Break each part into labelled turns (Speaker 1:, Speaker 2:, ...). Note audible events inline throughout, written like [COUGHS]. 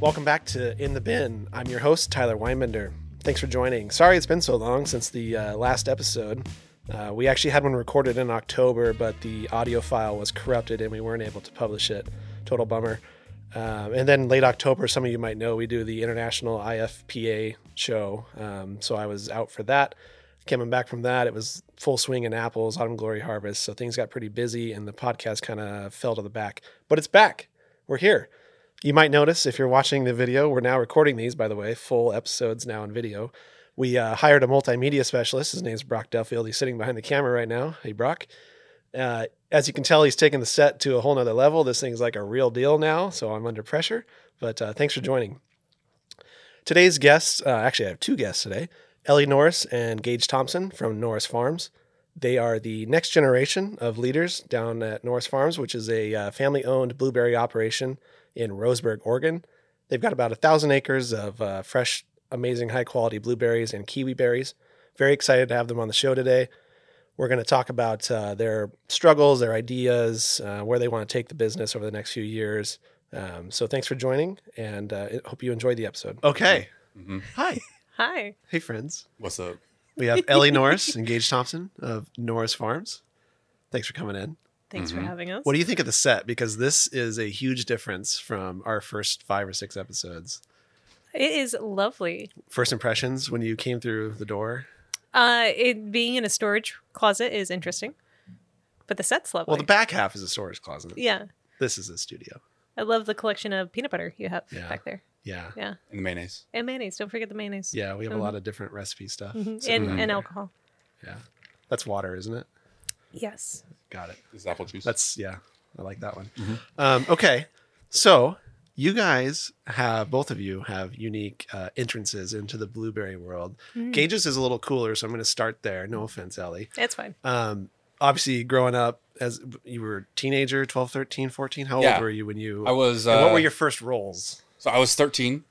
Speaker 1: Welcome back to In the Bin. I'm your host, Tyler Weinbender. Thanks for joining. Sorry it's been so long since the uh, last episode. Uh, we actually had one recorded in October, but the audio file was corrupted and we weren't able to publish it. Total bummer. Um, and then late October, some of you might know, we do the international IFPA show. Um, so I was out for that. Coming back from that, it was full swing in apples, autumn glory harvest. So things got pretty busy and the podcast kind of fell to the back. But it's back. We're here. You might notice if you're watching the video, we're now recording these, by the way, full episodes now in video. We uh, hired a multimedia specialist. His name's Brock Duffield. He's sitting behind the camera right now. Hey, Brock. Uh, as you can tell, he's taken the set to a whole nother level. This thing's like a real deal now, so I'm under pressure. But uh, thanks for joining. Today's guests, uh, actually, I have two guests today Ellie Norris and Gage Thompson from Norris Farms. They are the next generation of leaders down at Norris Farms, which is a uh, family owned blueberry operation in Roseburg, Oregon. They've got about a thousand acres of uh, fresh, amazing, high quality blueberries and kiwi berries. Very excited to have them on the show today. We're going to talk about uh, their struggles, their ideas, uh, where they want to take the business over the next few years. Um, so thanks for joining, and uh, I hope you enjoyed the episode.
Speaker 2: Okay.
Speaker 3: Mhm.
Speaker 2: Hi.
Speaker 4: Hi.
Speaker 1: Hey, friends.
Speaker 3: What's up?
Speaker 1: We have Ellie Norris [LAUGHS] and Gage Thompson of Norris Farms. Thanks for coming in.
Speaker 4: Thanks
Speaker 3: Mhm.
Speaker 4: for having us.
Speaker 1: Mm-hmm. What do you think of the set? Because this is a huge difference from our first five or six episodes.
Speaker 4: it is lovely.
Speaker 1: First impressions when you came through the door.
Speaker 4: Uh, it being in a storage closet is interesting, but the set's lovely.
Speaker 1: Well, the back half is a storage closet.
Speaker 4: yeah,
Speaker 1: This is a studio.
Speaker 4: I love the collection of peanut butter you have
Speaker 1: Yeah.
Speaker 4: back there,
Speaker 1: Yeah.
Speaker 3: And the mayonnaise.
Speaker 4: and mayonnaise. Don't forget the mayonnaise.
Speaker 1: Yeah. We have
Speaker 4: Mhm.
Speaker 1: a lot of different recipe stuff.
Speaker 4: Mhm.
Speaker 1: sitting
Speaker 4: and,
Speaker 1: in
Speaker 4: and
Speaker 1: there.
Speaker 4: alcohol.
Speaker 1: Yeah. That's water, isn't it?
Speaker 4: Yes.
Speaker 1: Got it.
Speaker 3: This is apple juice.
Speaker 1: That's, yeah. I like that one.
Speaker 3: Mhm.
Speaker 1: Um, okay. So you guys have, both of you have unique uh, entrances into the blueberry world.
Speaker 4: Mm.
Speaker 1: Gage's is a little cooler. So I'm going to start there. No offense, Ellie.
Speaker 4: That's fine.
Speaker 1: um obviously growing up as you were a teenager 12 13 14 how
Speaker 3: Yeah.
Speaker 1: old were you when you
Speaker 3: I was. Uh,
Speaker 1: and what were your first roles
Speaker 3: So I was 13.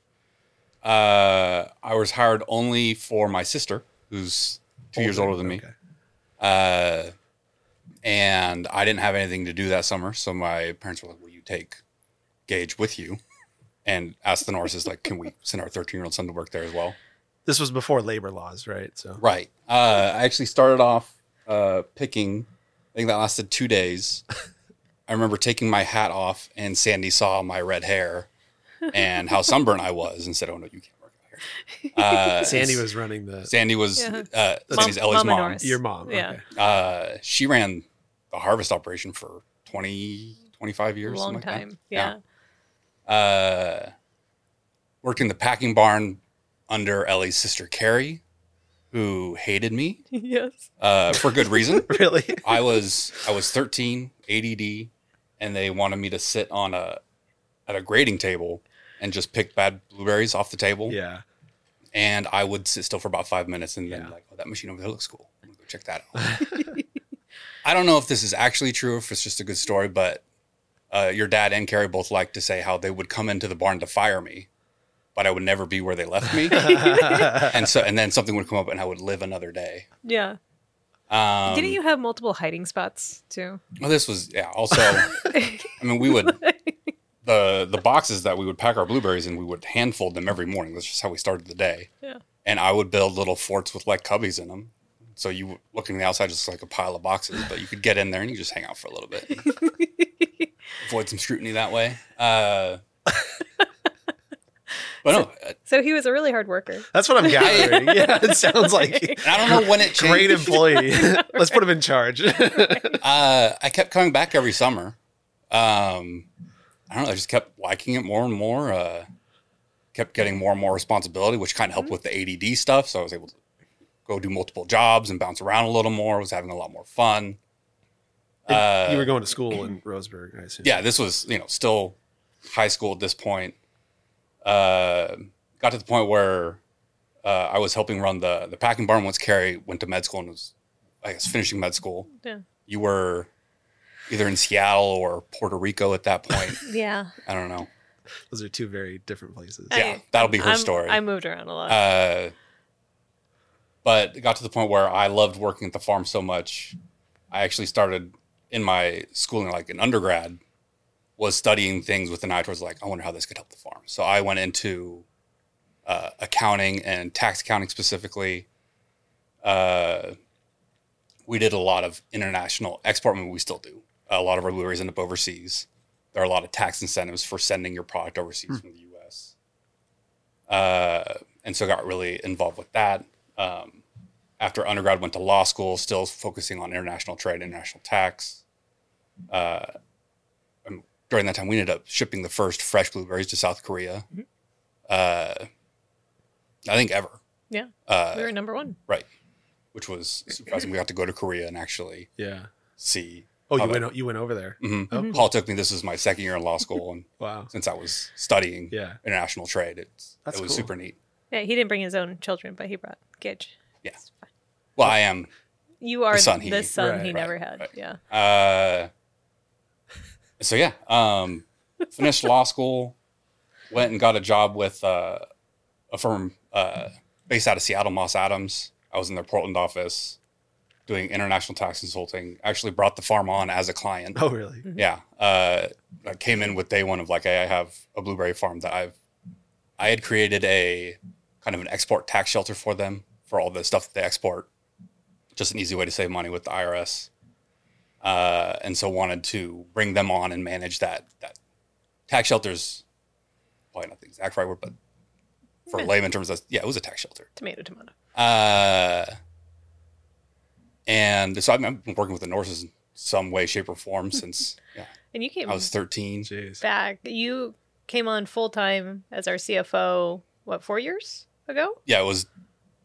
Speaker 3: Uh, I was hired only for my sister, who's two years older than me.
Speaker 1: Okay.
Speaker 3: Uh, and I didn't have anything to do that summer, so my parents were like, "Will you take Gage with you?" And asked the Norrises, like, "Can we send our 13 year old son to work there as well?"
Speaker 1: this was before labor laws right so
Speaker 3: Right. Uh, I actually started off uh, picking. I think that lasted two days. I remember taking my hat off, and Sandy saw my red hair and how sunburnt I was, and said, "Oh no, you can't work
Speaker 1: [LAUGHS]
Speaker 3: out here." Uh,
Speaker 1: sandy was running the
Speaker 3: Sandy was
Speaker 4: Yeah.
Speaker 3: uh,
Speaker 1: Mom-
Speaker 3: Sandy's Ellie's
Speaker 4: Mama
Speaker 3: mom.
Speaker 4: Norris.
Speaker 1: your mom
Speaker 4: Yeah.
Speaker 1: okay. [LAUGHS]
Speaker 3: Uh, she ran the harvest operation for 20, 25 years.
Speaker 4: Long
Speaker 3: something like that.
Speaker 4: time. Yeah.
Speaker 3: Uh, worked in the packing barn under Ellie's sister Carrie, who hated me
Speaker 4: [LAUGHS] yes.
Speaker 3: uh, for good reason.
Speaker 1: really
Speaker 3: I was I was 13, ADD, and they wanted me to sit on a at a grading table and just pick bad blueberries off the table.
Speaker 1: yeah [LAUGHS]
Speaker 3: And I would sit still for about five minutes and then
Speaker 1: Yeah.
Speaker 3: like, oh, that machine over there looks cool. I'm gonna go check that out.
Speaker 1: [LAUGHS]
Speaker 3: I don't know if this is actually true, or if it's just a good story, but uh, your dad and Carrie both like to say how they would come into the barn to fire me, but I would never be where they
Speaker 1: [LAUGHS]
Speaker 3: left me. and so and then something would come up and I would live another day.
Speaker 4: Yeah.
Speaker 3: Um,
Speaker 4: Didn't you have multiple hiding spots too? [LAUGHS]
Speaker 3: Well, this was yeah. Also, I mean, we would the the boxes that we would pack our blueberries in, we would hand fold them every morning. That's just how we started the day.
Speaker 4: Yeah.
Speaker 3: And I would build little forts with like cubbies in them. So you looking on the outside just like a pile of boxes, but you could get in there and you just hang out for a little bit,
Speaker 4: [LAUGHS]
Speaker 3: and avoid some scrutiny that way. Uh, [LAUGHS] but no, uh,
Speaker 4: so he was a really hard worker.
Speaker 1: that's what i'm
Speaker 3: [LAUGHS]
Speaker 1: gathering yeah it sounds like
Speaker 3: and I don't know when it changed.
Speaker 1: great employee
Speaker 3: [LAUGHS]
Speaker 1: let's put him in charge
Speaker 3: uh, I kept coming back every summer. Um, I don't know. I just kept liking it more and more. Uh, kept getting more and more responsibility, which kind of
Speaker 1: Mm-hmm.
Speaker 3: helped with the ADD stuff. So I was able to go do multiple jobs and bounce around a little more. Was having a lot more fun. Uh,
Speaker 1: you were going to school in roseburg i assume
Speaker 3: yeah, this was you know still high school at this point. Uh, got to the point where uh, I was helping run the the packing barn once Carrie went to med school and was I guess finishing med school.
Speaker 4: Yeah.
Speaker 3: You were either in Seattle or Puerto Rico at that point.
Speaker 4: Yeah.
Speaker 3: I don't know.
Speaker 1: those are two very different places
Speaker 4: I-
Speaker 3: Yeah, that'll be her
Speaker 4: I'm-
Speaker 3: story.
Speaker 4: I moved around a lot.
Speaker 3: Uh, but it got to the point where I loved working at the farm so much, I actually started in my schooling, like an undergrad, was studying things with an eye towards like, I wonder how this could help the farm. So I went into uh, accounting and tax accounting specifically. Uh, we did a lot of international export, I mean, we still do. A lot of our breweries end up overseas. There are a lot of tax incentives for sending your product overseas
Speaker 4: Hmm.
Speaker 3: from the U.S. Uh, and so got really involved with that. Um, after undergrad, went to law school, still focusing on international trade, international tax. Uh, um, during that time, we ended up shipping the first fresh blueberries to South Korea.
Speaker 4: Mm-hmm.
Speaker 3: Uh, I think ever.
Speaker 4: Yeah.
Speaker 3: Uh,
Speaker 4: we were number one.
Speaker 3: Right. Which was surprising. we got to go to Korea and actually
Speaker 5: Yeah.
Speaker 3: see.
Speaker 5: Oh,
Speaker 3: how
Speaker 5: you
Speaker 3: that-
Speaker 5: went o- you went over there.
Speaker 3: Mhm.
Speaker 5: Oh,
Speaker 3: Paul took me. This was my second year in law school, and
Speaker 5: Wow.
Speaker 3: since I was studying
Speaker 5: Yeah.
Speaker 3: international trade, it's
Speaker 5: That's
Speaker 3: it was
Speaker 5: cool.
Speaker 3: super neat.
Speaker 4: Yeah, he didn't bring his own children, but he brought Gage.
Speaker 3: Yeah.
Speaker 4: It's fine.
Speaker 3: Well, I am.
Speaker 4: You are the
Speaker 3: son
Speaker 4: son
Speaker 3: he-
Speaker 4: he,
Speaker 5: Right, right,
Speaker 4: never had.
Speaker 3: right.
Speaker 4: Yeah.
Speaker 3: Uh, so yeah, um, finished law school, went and got a job with uh, a firm uh, based out of Seattle, Moss Adams. I was in their Portland office doing international tax consulting. Actually, brought the farm on as a client.
Speaker 5: Oh, really?
Speaker 3: Yeah. Uh, I came in with day one of like, hey, I have a blueberry farm that I've, I had created a kind of an export tax shelter for them for all the stuff that they export. Just an easy way to save money with the IRS. Uh, and so wanted to bring them on and manage that, that tax shelters, probably not the exact right word, but for
Speaker 4: Yeah.
Speaker 3: layman terms, that's, yeah, it was a tax shelter.
Speaker 4: Tomato, tomato.
Speaker 3: Uh, and so I've been working with the Norses in some way, shape, or form since yeah,
Speaker 4: And you came
Speaker 3: I was 13.
Speaker 5: Jeez.
Speaker 4: back. You came on full time as our CFO, what, four years ago?
Speaker 3: Yeah, it was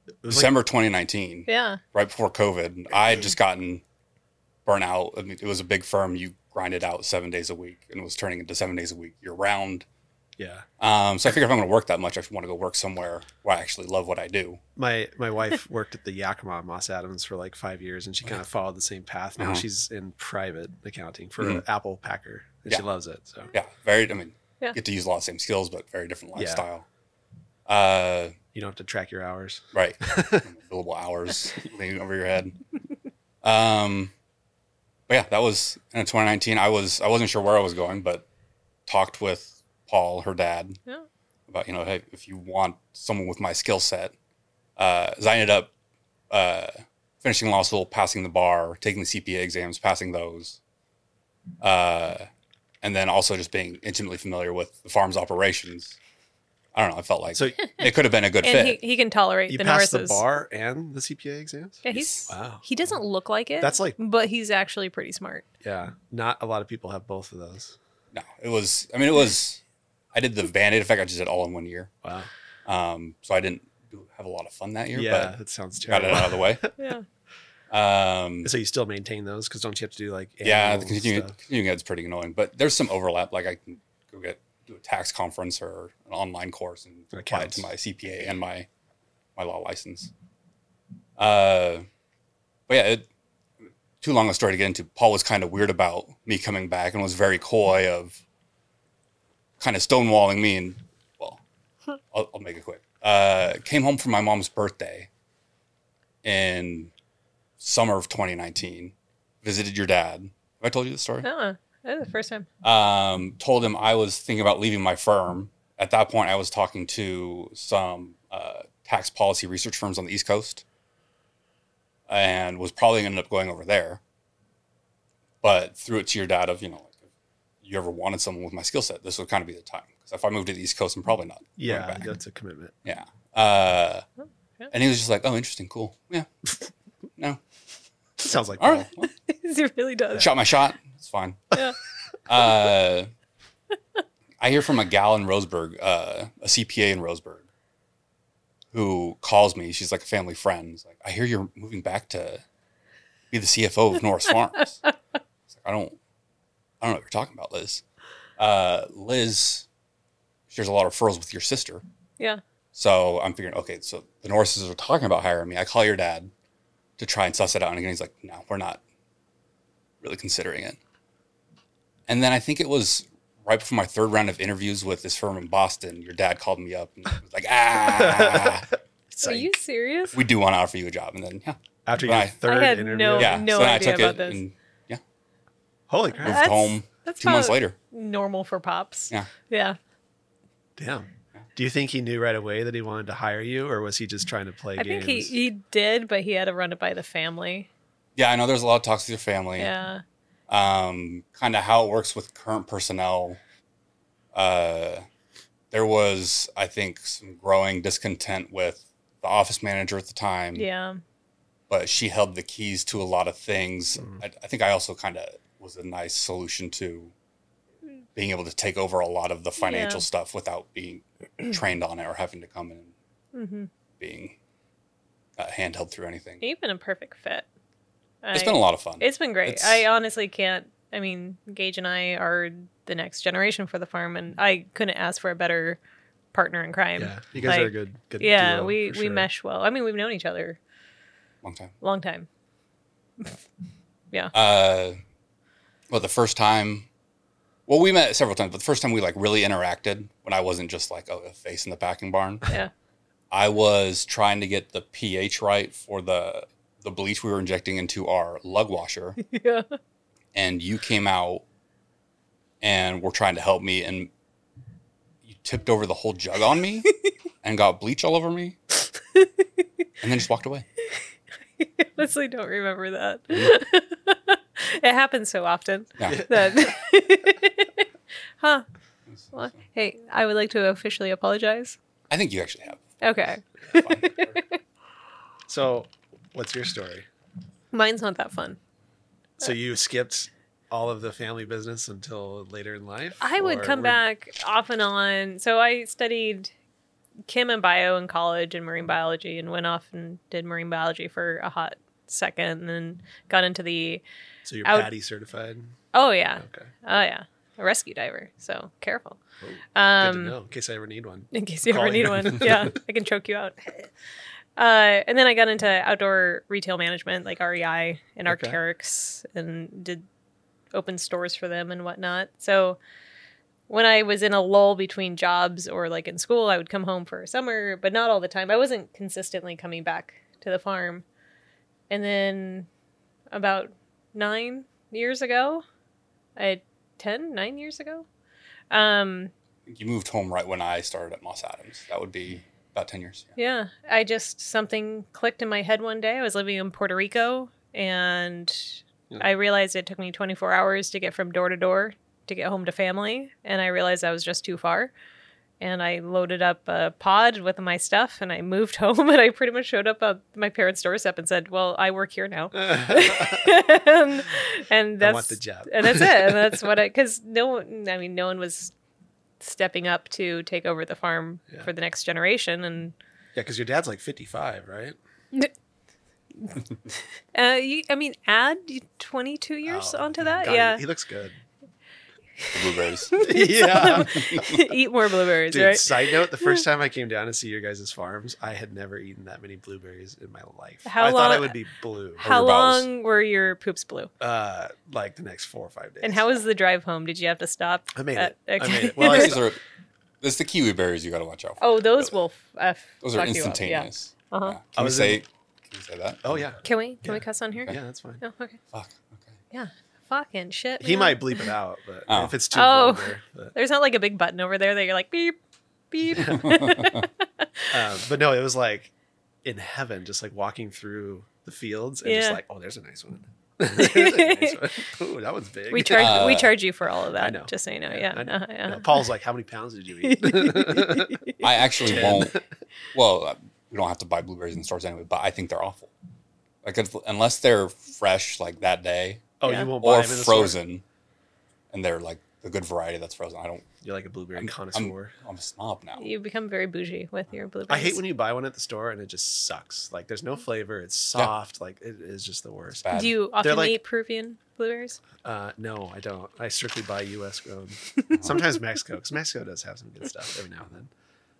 Speaker 5: It was like-
Speaker 3: December 2019,
Speaker 4: Yeah.
Speaker 3: right before COVID. I had just gotten burnt out. I mean, it was a big firm. You grinded out seven days a week and it was turning into seven days a week year round.
Speaker 5: yeah.
Speaker 3: Um, so I figured if I'm going to work that much, I want to go work somewhere where I actually love what I do.
Speaker 5: My my wife [LAUGHS] worked at the Yakima Moss Adams for like five years, and she kind of followed the same path. Now
Speaker 3: Uh-huh.
Speaker 5: she's in private accounting for
Speaker 3: Mhm.
Speaker 5: an Apple Packer, and she
Speaker 3: Yeah.
Speaker 5: loves it. So
Speaker 3: Yeah, very, I mean,
Speaker 4: Yeah.
Speaker 3: get to use a lot of same skills, but very different
Speaker 5: Yeah.
Speaker 3: lifestyle. Uh,
Speaker 5: you don't have to track your hours.
Speaker 3: Right. Billable hours leaning over your head. Um, but yeah, that was in 2019. I was I wasn't sure where I was going, but talked with Paul, her dad,
Speaker 4: Yeah.
Speaker 3: about you know, hey, if you want someone with my skill set, uh, 'cause I ended up uh, finishing law school, passing the bar, taking the CPA exams, passing those, uh, and then also just being intimately familiar with the farm's operations. I don't know. I felt like [LAUGHS]
Speaker 5: So
Speaker 3: it could have been a good
Speaker 4: And
Speaker 3: fit.
Speaker 4: he, he can tolerate
Speaker 5: you
Speaker 4: the
Speaker 5: passed the
Speaker 4: Norrises.
Speaker 5: bar and the CPA exams.
Speaker 4: Yeah, he's
Speaker 5: Wow.
Speaker 4: he doesn't look like it.
Speaker 5: That's like-
Speaker 4: but he's actually
Speaker 5: [LAUGHS]
Speaker 4: pretty smart.
Speaker 5: Yeah. Not a lot of people have both of those.
Speaker 3: No, it was. I mean, it was. I did the band aid effect. I just did all in one year.
Speaker 5: Wow.
Speaker 3: Um, so I didn't do, have a lot of fun that year,
Speaker 5: Yeah, that sounds
Speaker 3: but got it
Speaker 5: terrible.
Speaker 3: out of the
Speaker 5: [LAUGHS]
Speaker 3: way.
Speaker 4: Yeah.
Speaker 3: Um,
Speaker 5: So you still maintain those because don't you have to do like
Speaker 3: yeah, the
Speaker 5: animal
Speaker 3: continuing,
Speaker 5: stuff?
Speaker 3: continuing ed's pretty annoying, but there's some overlap. Like I can go get do a tax conference or an online course and
Speaker 5: That
Speaker 3: apply it
Speaker 5: counts.
Speaker 3: to my CPA and my my law license. Uh, but yeah, it, too long a story to get into. Paul was kind of weird about me coming back and was very coy of kind of stonewalling me. And well, I'll, I'll make it quick. Uh, came home for my mom's birthday in summer of 2019. Visited your dad. Have I told you this story?
Speaker 4: Uh, that's the first time. [LAUGHS]
Speaker 3: um, told him I was thinking about leaving my firm. At that point, I was talking to some uh, tax policy research firms on the East Coast and was probably going to end up going over there. But threw it to your dad of, you know, like, if you ever wanted someone with my skill set, this would kind of be the time. Because if I moved to the East Coast, I'm probably not.
Speaker 5: Yeah,
Speaker 3: back.
Speaker 5: that's a commitment.
Speaker 3: Yeah. Uh,
Speaker 4: Oh, yeah.
Speaker 3: And he was just like, oh, interesting, cool. Yeah. no.
Speaker 5: Sounds like
Speaker 3: All
Speaker 5: Paul.
Speaker 3: right. well,
Speaker 4: he really does.
Speaker 3: [LAUGHS] shot my shot. It's fine.
Speaker 4: Yeah.
Speaker 3: [LAUGHS] Uh, I hear from a gal in Roseburg, uh, a CPA in Roseburg, who calls me. She's like a family friend. She's like, I hear you're moving back to be the CFO of Norris Farms.
Speaker 4: [LAUGHS]
Speaker 3: It's like, I don't, I don't know what you're talking about, Liz. Uh, Liz shares a lot of referrals with your sister.
Speaker 4: Yeah.
Speaker 3: So I'm figuring, okay, so the Norrises are talking about hiring me. I call your dad to try and suss it out. And again, he's like, no, we're not really considering it. And then I think it was right before my third round of interviews with this firm in Boston, your dad called me up and was like,
Speaker 4: [LAUGHS]
Speaker 3: ah,
Speaker 4: Are you serious?
Speaker 3: we do want to offer you a job. And then, yeah.
Speaker 5: After your
Speaker 3: Right.
Speaker 5: third
Speaker 4: I had
Speaker 5: interview,
Speaker 4: Oh, no-
Speaker 3: Yeah.
Speaker 4: no
Speaker 3: then
Speaker 4: idea about this.
Speaker 3: and
Speaker 5: holy crap!
Speaker 3: moved
Speaker 4: That's-
Speaker 3: home.
Speaker 4: That's
Speaker 3: two months
Speaker 4: about
Speaker 3: later.
Speaker 4: normal for pops.
Speaker 3: Yeah.
Speaker 4: Yeah.
Speaker 1: Damn. Do you think he knew right away that he wanted to hire you, or was he just trying to play
Speaker 4: I
Speaker 1: games?
Speaker 4: think he, he did, but he had to run it by the family.
Speaker 3: Yeah, I know there's a lot of talks with your family.
Speaker 4: Yeah.
Speaker 3: um, kind of how it works with current personnel. Uh, there was, I think, some growing discontent with the office manager at the time,
Speaker 4: Yeah.
Speaker 3: but she held the keys to a lot of things.
Speaker 1: Mhm.
Speaker 3: I, I think I also kind of was a nice solution to being able to take over a lot of the financial stuff without
Speaker 4: [CLEARS THROAT]
Speaker 3: being trained on it or having to come in and
Speaker 4: hmm
Speaker 3: being uh, handheld through anything.
Speaker 4: You've been a perfect fit.
Speaker 3: It's
Speaker 4: I-
Speaker 3: been a lot of fun.
Speaker 4: It's been great.
Speaker 3: It's-
Speaker 4: I honestly can't. I mean, Gage and I are the next generation for the farm, and I couldn't ask for a better partner in crime.
Speaker 1: yeah, you guys are a
Speaker 4: like,
Speaker 1: good, good.
Speaker 4: Yeah,
Speaker 1: duo,
Speaker 4: we,
Speaker 1: for
Speaker 4: we
Speaker 1: sure. [LAUGHS]
Speaker 4: mesh well. I mean, we've known each other
Speaker 3: Long time.
Speaker 4: a long time. [LAUGHS]
Speaker 3: uh well the first time well we met several times but the first time we like really interacted when i wasn't just like oh, a face in the packing barn
Speaker 4: Yeah.
Speaker 3: i was trying to get the ph right for the the bleach we were injecting into our lug
Speaker 4: [LAUGHS]
Speaker 3: washer
Speaker 4: yeah.
Speaker 3: and you came out and were trying to help me and you tipped over the whole jug on me and got bleach all over me and then just walked away
Speaker 4: I honestly don't remember that. [LAUGHS] it happens so often
Speaker 3: yeah
Speaker 4: that. [LAUGHS] huh. Well, hey, I would like to officially apologize.
Speaker 3: i think you actually have
Speaker 4: Okay.
Speaker 1: So, what's your story?
Speaker 4: Mine's not that fun.
Speaker 1: So you skipped all of the family business until later in life?
Speaker 4: I would
Speaker 1: or
Speaker 4: come
Speaker 1: were-
Speaker 4: back off and on. So I studied chem and bio in college and marine biology and went off and did marine biology for a hot second and then got into the
Speaker 1: So you're
Speaker 4: out-
Speaker 1: Patty certified.
Speaker 4: oh yeah
Speaker 1: Okay,
Speaker 4: oh yeah a rescue diver so careful
Speaker 1: Oh, good to
Speaker 4: um
Speaker 1: know in case I ever need
Speaker 4: [LAUGHS]
Speaker 1: one. [LAUGHS]
Speaker 4: in case you
Speaker 1: Call
Speaker 4: ever need
Speaker 1: you. [LAUGHS]
Speaker 4: one yeah i can choke you out uh and then i got into outdoor retail management like rei and
Speaker 1: Okay.
Speaker 4: arcteryx and did open stores for them and whatnot so when I was in a lull between jobs or like in school, I would come home for a summer, but not all the time. I wasn't consistently coming back to the farm. And then about nine years ago, I ten, nine years ago, um,
Speaker 3: you moved home right when I started at Moss Adams. That would be about 10 years.
Speaker 4: Yeah, I just something clicked in my head one day. I was living in Puerto Rico and
Speaker 1: Yeah.
Speaker 4: I realized it took me 24 hours to get from door to door to get home to family, and I realized I was just too far. And I loaded up a pod with my stuff and I moved [LAUGHS] home and I pretty much showed up at my parents' doorstep and said, "Well, I work
Speaker 1: [LAUGHS]
Speaker 4: here now."
Speaker 1: I
Speaker 4: and, and that's
Speaker 1: want the job.
Speaker 4: and that's it. And that's what I because no one. I mean, no one was stepping up to take over the farm
Speaker 1: Yeah.
Speaker 4: for the next generation. And
Speaker 1: [LAUGHS] Yeah, because your dad's like 55, right?
Speaker 4: uh, you, I mean, add you- twenty-two years
Speaker 1: Oh,
Speaker 4: onto that.
Speaker 1: God, he-
Speaker 4: yeah,
Speaker 1: he looks good.
Speaker 3: The blueberries.
Speaker 4: [LAUGHS]
Speaker 1: yeah.
Speaker 4: eat more blueberries,
Speaker 1: Dude,
Speaker 4: right?
Speaker 1: side note, the
Speaker 4: [LAUGHS]
Speaker 1: first time I came down to see your guys' farms, I had never eaten that many blueberries in my life.
Speaker 4: How
Speaker 1: I thought I
Speaker 4: long-
Speaker 1: would be blue.
Speaker 4: How
Speaker 3: Over bottles.
Speaker 4: long were your poops blue?
Speaker 1: Uh, like the next four or five days.
Speaker 4: And how was the drive home? Did you have to stop?
Speaker 1: I made
Speaker 4: Uh,
Speaker 1: it. I
Speaker 4: okay.
Speaker 1: made it. Well, I
Speaker 3: Blueberries are, it's the kiwi berries you got to watch out for.
Speaker 4: [LAUGHS] Oh, those
Speaker 3: really.
Speaker 4: will f- uh, f-
Speaker 3: Those are
Speaker 4: fuck you up, yeah.
Speaker 3: instantaneous.
Speaker 4: Uh-huh.
Speaker 3: Yeah.
Speaker 1: I
Speaker 3: Can, you
Speaker 1: was
Speaker 3: say,
Speaker 1: in-
Speaker 3: can you say that?
Speaker 1: Oh yeah,
Speaker 4: Can we can we
Speaker 1: Yeah.
Speaker 4: cuss on here? [LAUGHS]
Speaker 1: yeah, that's fine.
Speaker 4: No, okay.
Speaker 3: Fuck. Okay.
Speaker 4: Fucking shit.
Speaker 1: He
Speaker 4: man.
Speaker 1: might bleep it out, but
Speaker 3: Oh.
Speaker 1: if it's too
Speaker 4: Oh.
Speaker 1: vulgar. But,
Speaker 4: There's not like a big button over there that you're like beep, beep.
Speaker 1: [LAUGHS] um, but no, it was like in heaven, just like walking through the fields and just
Speaker 4: Yeah.
Speaker 1: like, oh, there's a nice one. [LAUGHS] there's a nice one. [LAUGHS] Ooh, that one's big.
Speaker 4: we charge we
Speaker 3: Uh,
Speaker 4: charge you for all of that.
Speaker 1: I know.
Speaker 4: Just so you know,
Speaker 1: Yeah,
Speaker 4: yeah.
Speaker 1: I know.
Speaker 4: uh-huh, yeah.
Speaker 1: No, Paul's like, how many pounds did you
Speaker 4: [LAUGHS]
Speaker 1: eat? [LAUGHS]
Speaker 3: I actually
Speaker 1: Ten. [LAUGHS]
Speaker 3: won't. Well, uh, we don't have to buy blueberries in stores anyway, but I think they're awful. Like, if, unless they're fresh, like that day,
Speaker 1: oh,
Speaker 4: Yeah.
Speaker 1: you won't buy
Speaker 3: or
Speaker 1: them in the store?
Speaker 3: frozen, and they're like the good variety that's frozen. I don't,
Speaker 1: You're like a blueberry
Speaker 3: I'm-
Speaker 1: connoisseur.
Speaker 3: I'm a snob now.
Speaker 4: You become very bougie with your blueberries.
Speaker 1: I hate when you buy one at the store and it just sucks. Like there's no flavor. It's soft. Like it is just the
Speaker 3: It's
Speaker 1: worst.
Speaker 3: bad.
Speaker 4: Do you often
Speaker 1: like-
Speaker 4: eat Peruvian blueberries?
Speaker 1: Uh, no, I don't. I strictly buy U.S. grown. [LAUGHS] Sometimes Mexico, because Mexico does have some good stuff every now and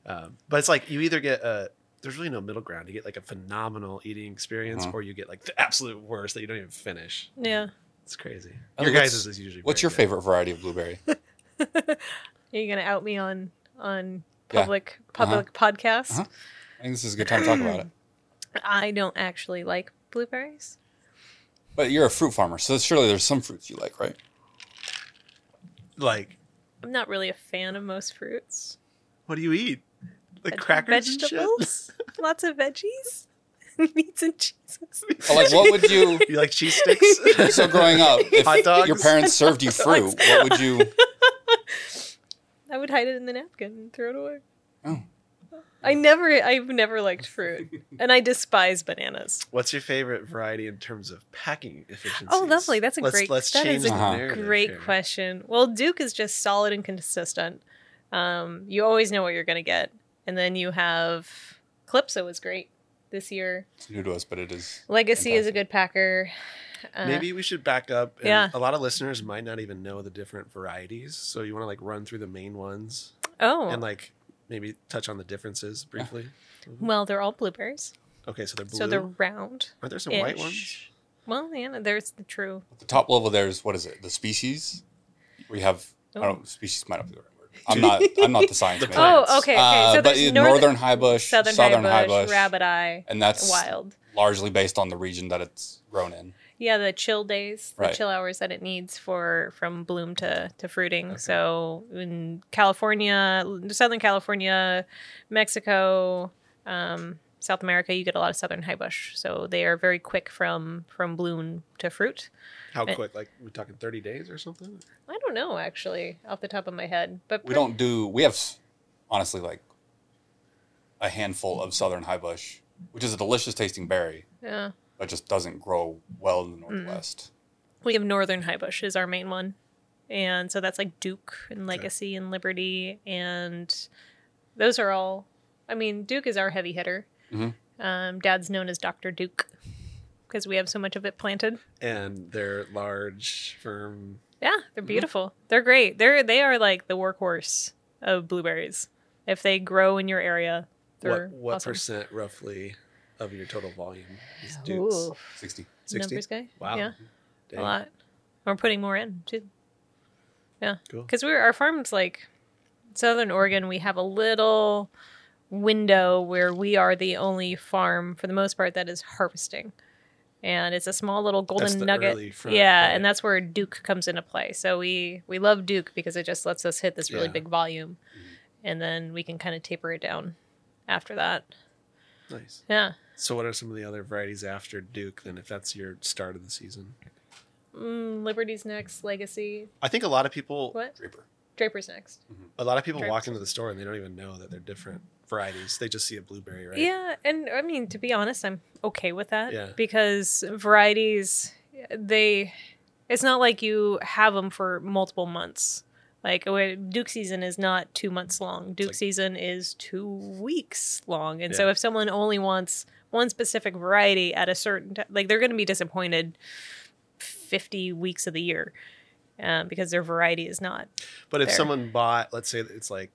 Speaker 1: then. Um, but it's like you either get a there's really no middle ground. You get like a phenomenal eating experience,
Speaker 3: Mhm.
Speaker 1: or you get like the absolute worst that you don't even finish.
Speaker 4: Yeah.
Speaker 1: It's crazy.
Speaker 3: Oh,
Speaker 1: Your
Speaker 3: what's-
Speaker 1: guys' is usually.
Speaker 3: What's
Speaker 1: very
Speaker 3: your
Speaker 1: good.
Speaker 3: favorite variety of blueberry?
Speaker 4: Are you gonna out me on on
Speaker 3: Yeah.
Speaker 4: public public podcast?
Speaker 3: Uh-huh. I think this is a good time to talk about it.
Speaker 4: I don't actually like blueberries.
Speaker 3: But you're a fruit farmer, so surely there's some fruits you like, right?
Speaker 1: Like,
Speaker 4: I'm not really a fan of most fruits.
Speaker 1: what do you eat? Like
Speaker 4: Veg-
Speaker 1: crackers and shit? [LAUGHS]
Speaker 4: vegetables, lots of veggies, [LAUGHS] meats and cheeses.
Speaker 3: Like, what would
Speaker 4: [LAUGHS]
Speaker 3: you?
Speaker 1: [LAUGHS] You like cheese sticks?
Speaker 3: [LAUGHS] So growing up, if
Speaker 1: Hot dogs?
Speaker 3: your parents served you fruit, what would you?
Speaker 4: I would hide it in the napkin and throw it away.
Speaker 3: Oh.
Speaker 4: I never, I've never liked
Speaker 3: [LAUGHS]
Speaker 4: fruit, and I despise bananas.
Speaker 1: What's your favorite variety in terms of packing efficiency?
Speaker 4: Oh, lovely. That's a
Speaker 1: let's,
Speaker 4: great-
Speaker 1: Let's
Speaker 4: that
Speaker 1: change
Speaker 4: is
Speaker 1: the
Speaker 4: a
Speaker 3: Uh-huh.
Speaker 1: narrative
Speaker 4: Great
Speaker 1: here.
Speaker 4: question. Well, Duke is just solid and consistent. Um, you always know what you're going to get. And then you have Calypso was great this year.
Speaker 3: It's new to us, but it is.
Speaker 4: Legacy is a
Speaker 3: Fantastic.
Speaker 4: good packer. Uh,
Speaker 1: Maybe we should back up. And
Speaker 4: Yeah.
Speaker 1: A lot of listeners might not even know the different varieties, so you want to like run through the main ones
Speaker 4: Oh,
Speaker 1: and like maybe touch on the differences briefly. Mm-hmm.
Speaker 4: well, they're all blueberries,
Speaker 1: Okay, so they're blue.
Speaker 4: so they're round.
Speaker 1: Aren't there some white
Speaker 4: ish.
Speaker 1: ones?
Speaker 4: Well, yeah, there's the true.
Speaker 3: The top level there is what is it? The species. We have. I don't. Species might not be the right word. I'm
Speaker 1: Dude.
Speaker 3: not. I'm not the science man.
Speaker 4: Oh,
Speaker 1: plants.
Speaker 4: okay. okay.
Speaker 3: Uh,
Speaker 4: so
Speaker 3: but
Speaker 4: there's
Speaker 3: in
Speaker 4: north-
Speaker 3: northern highbush,
Speaker 4: southern,
Speaker 3: southern,
Speaker 4: high, bush,
Speaker 3: highbush,
Speaker 4: rabbit eye,
Speaker 3: and that's
Speaker 4: wild.
Speaker 3: largely based on the region that it's grown in.
Speaker 4: Yeah, the chill days, the
Speaker 3: Right.
Speaker 4: chill hours that it needs for from bloom to to fruiting.
Speaker 1: Okay.
Speaker 4: So in California, Southern California, Mexico, um, South America, you get a lot of Southern highbush. So they are very quick from from bloom to fruit.
Speaker 1: How
Speaker 4: But-
Speaker 1: quick? Like we're talking thirty days or something?
Speaker 4: I don't know actually off the top of my head, but
Speaker 3: We don't do. We have honestly like a handful of southern highbush, which is a delicious tasting berry
Speaker 4: Yeah,
Speaker 3: that just doesn't grow well in the
Speaker 4: Mm.
Speaker 3: northwest.
Speaker 4: we have Northern highbush is our main one, and so that's like Duke and Legacy and Liberty, and those are all. I mean, Duke is our heavy hitter.
Speaker 3: Mhm.
Speaker 1: Mm-hmm.
Speaker 4: Um, Dad's known as Doctor Duke because we have so much of it planted.
Speaker 1: And they're large, firm.
Speaker 4: Yeah,
Speaker 1: Mm-hmm.
Speaker 4: they're beautiful. They're great. They're they are like the workhorse of blueberries. If they grow in your area, they're
Speaker 1: what what
Speaker 4: awesome.
Speaker 1: percent roughly of your total volume is
Speaker 4: Ooh,
Speaker 1: Dukes?
Speaker 3: Sixty.
Speaker 1: Sixty.
Speaker 4: numbers guy.
Speaker 1: Wow.
Speaker 4: yeah,
Speaker 1: Dang.
Speaker 4: a lot. We're putting more in too.
Speaker 1: Cool.
Speaker 4: because we're our farm's like southern oregon we have a little window where we are the only farm for the most part that is harvesting and it's a small little golden
Speaker 1: the
Speaker 4: nugget
Speaker 1: early front,
Speaker 4: yeah
Speaker 1: right.
Speaker 4: and that's where duke comes into play so we we love duke because it just lets us hit this really
Speaker 1: Yeah.
Speaker 4: big volume and then we can kind of taper it down after that
Speaker 1: Nice.
Speaker 4: yeah
Speaker 1: So, what are some of the other varieties after Duke? Then, if that's your start of the season,
Speaker 4: mm, liberty's next legacy
Speaker 1: I think a lot of people,
Speaker 4: what
Speaker 3: Draper.
Speaker 4: draper's next
Speaker 1: a lot of people
Speaker 4: Grapes.
Speaker 1: walk into the store and they don't even know that they're different varieties. They just see a blueberry, right?
Speaker 4: Yeah, and I mean to be honest, I'm okay with that
Speaker 1: Yeah.
Speaker 4: because varieties they it's not like you have them for multiple months. Like where Duke season is not 2 months long. Duke
Speaker 1: like-
Speaker 4: season is 2 weeks long. And so
Speaker 1: Yeah.
Speaker 4: if someone only wants one specific variety at a certain time, like they're going to be disappointed 50 weeks of the year. Um, because their variety is not
Speaker 1: But if
Speaker 4: Fair.
Speaker 1: someone bought, let's say it's like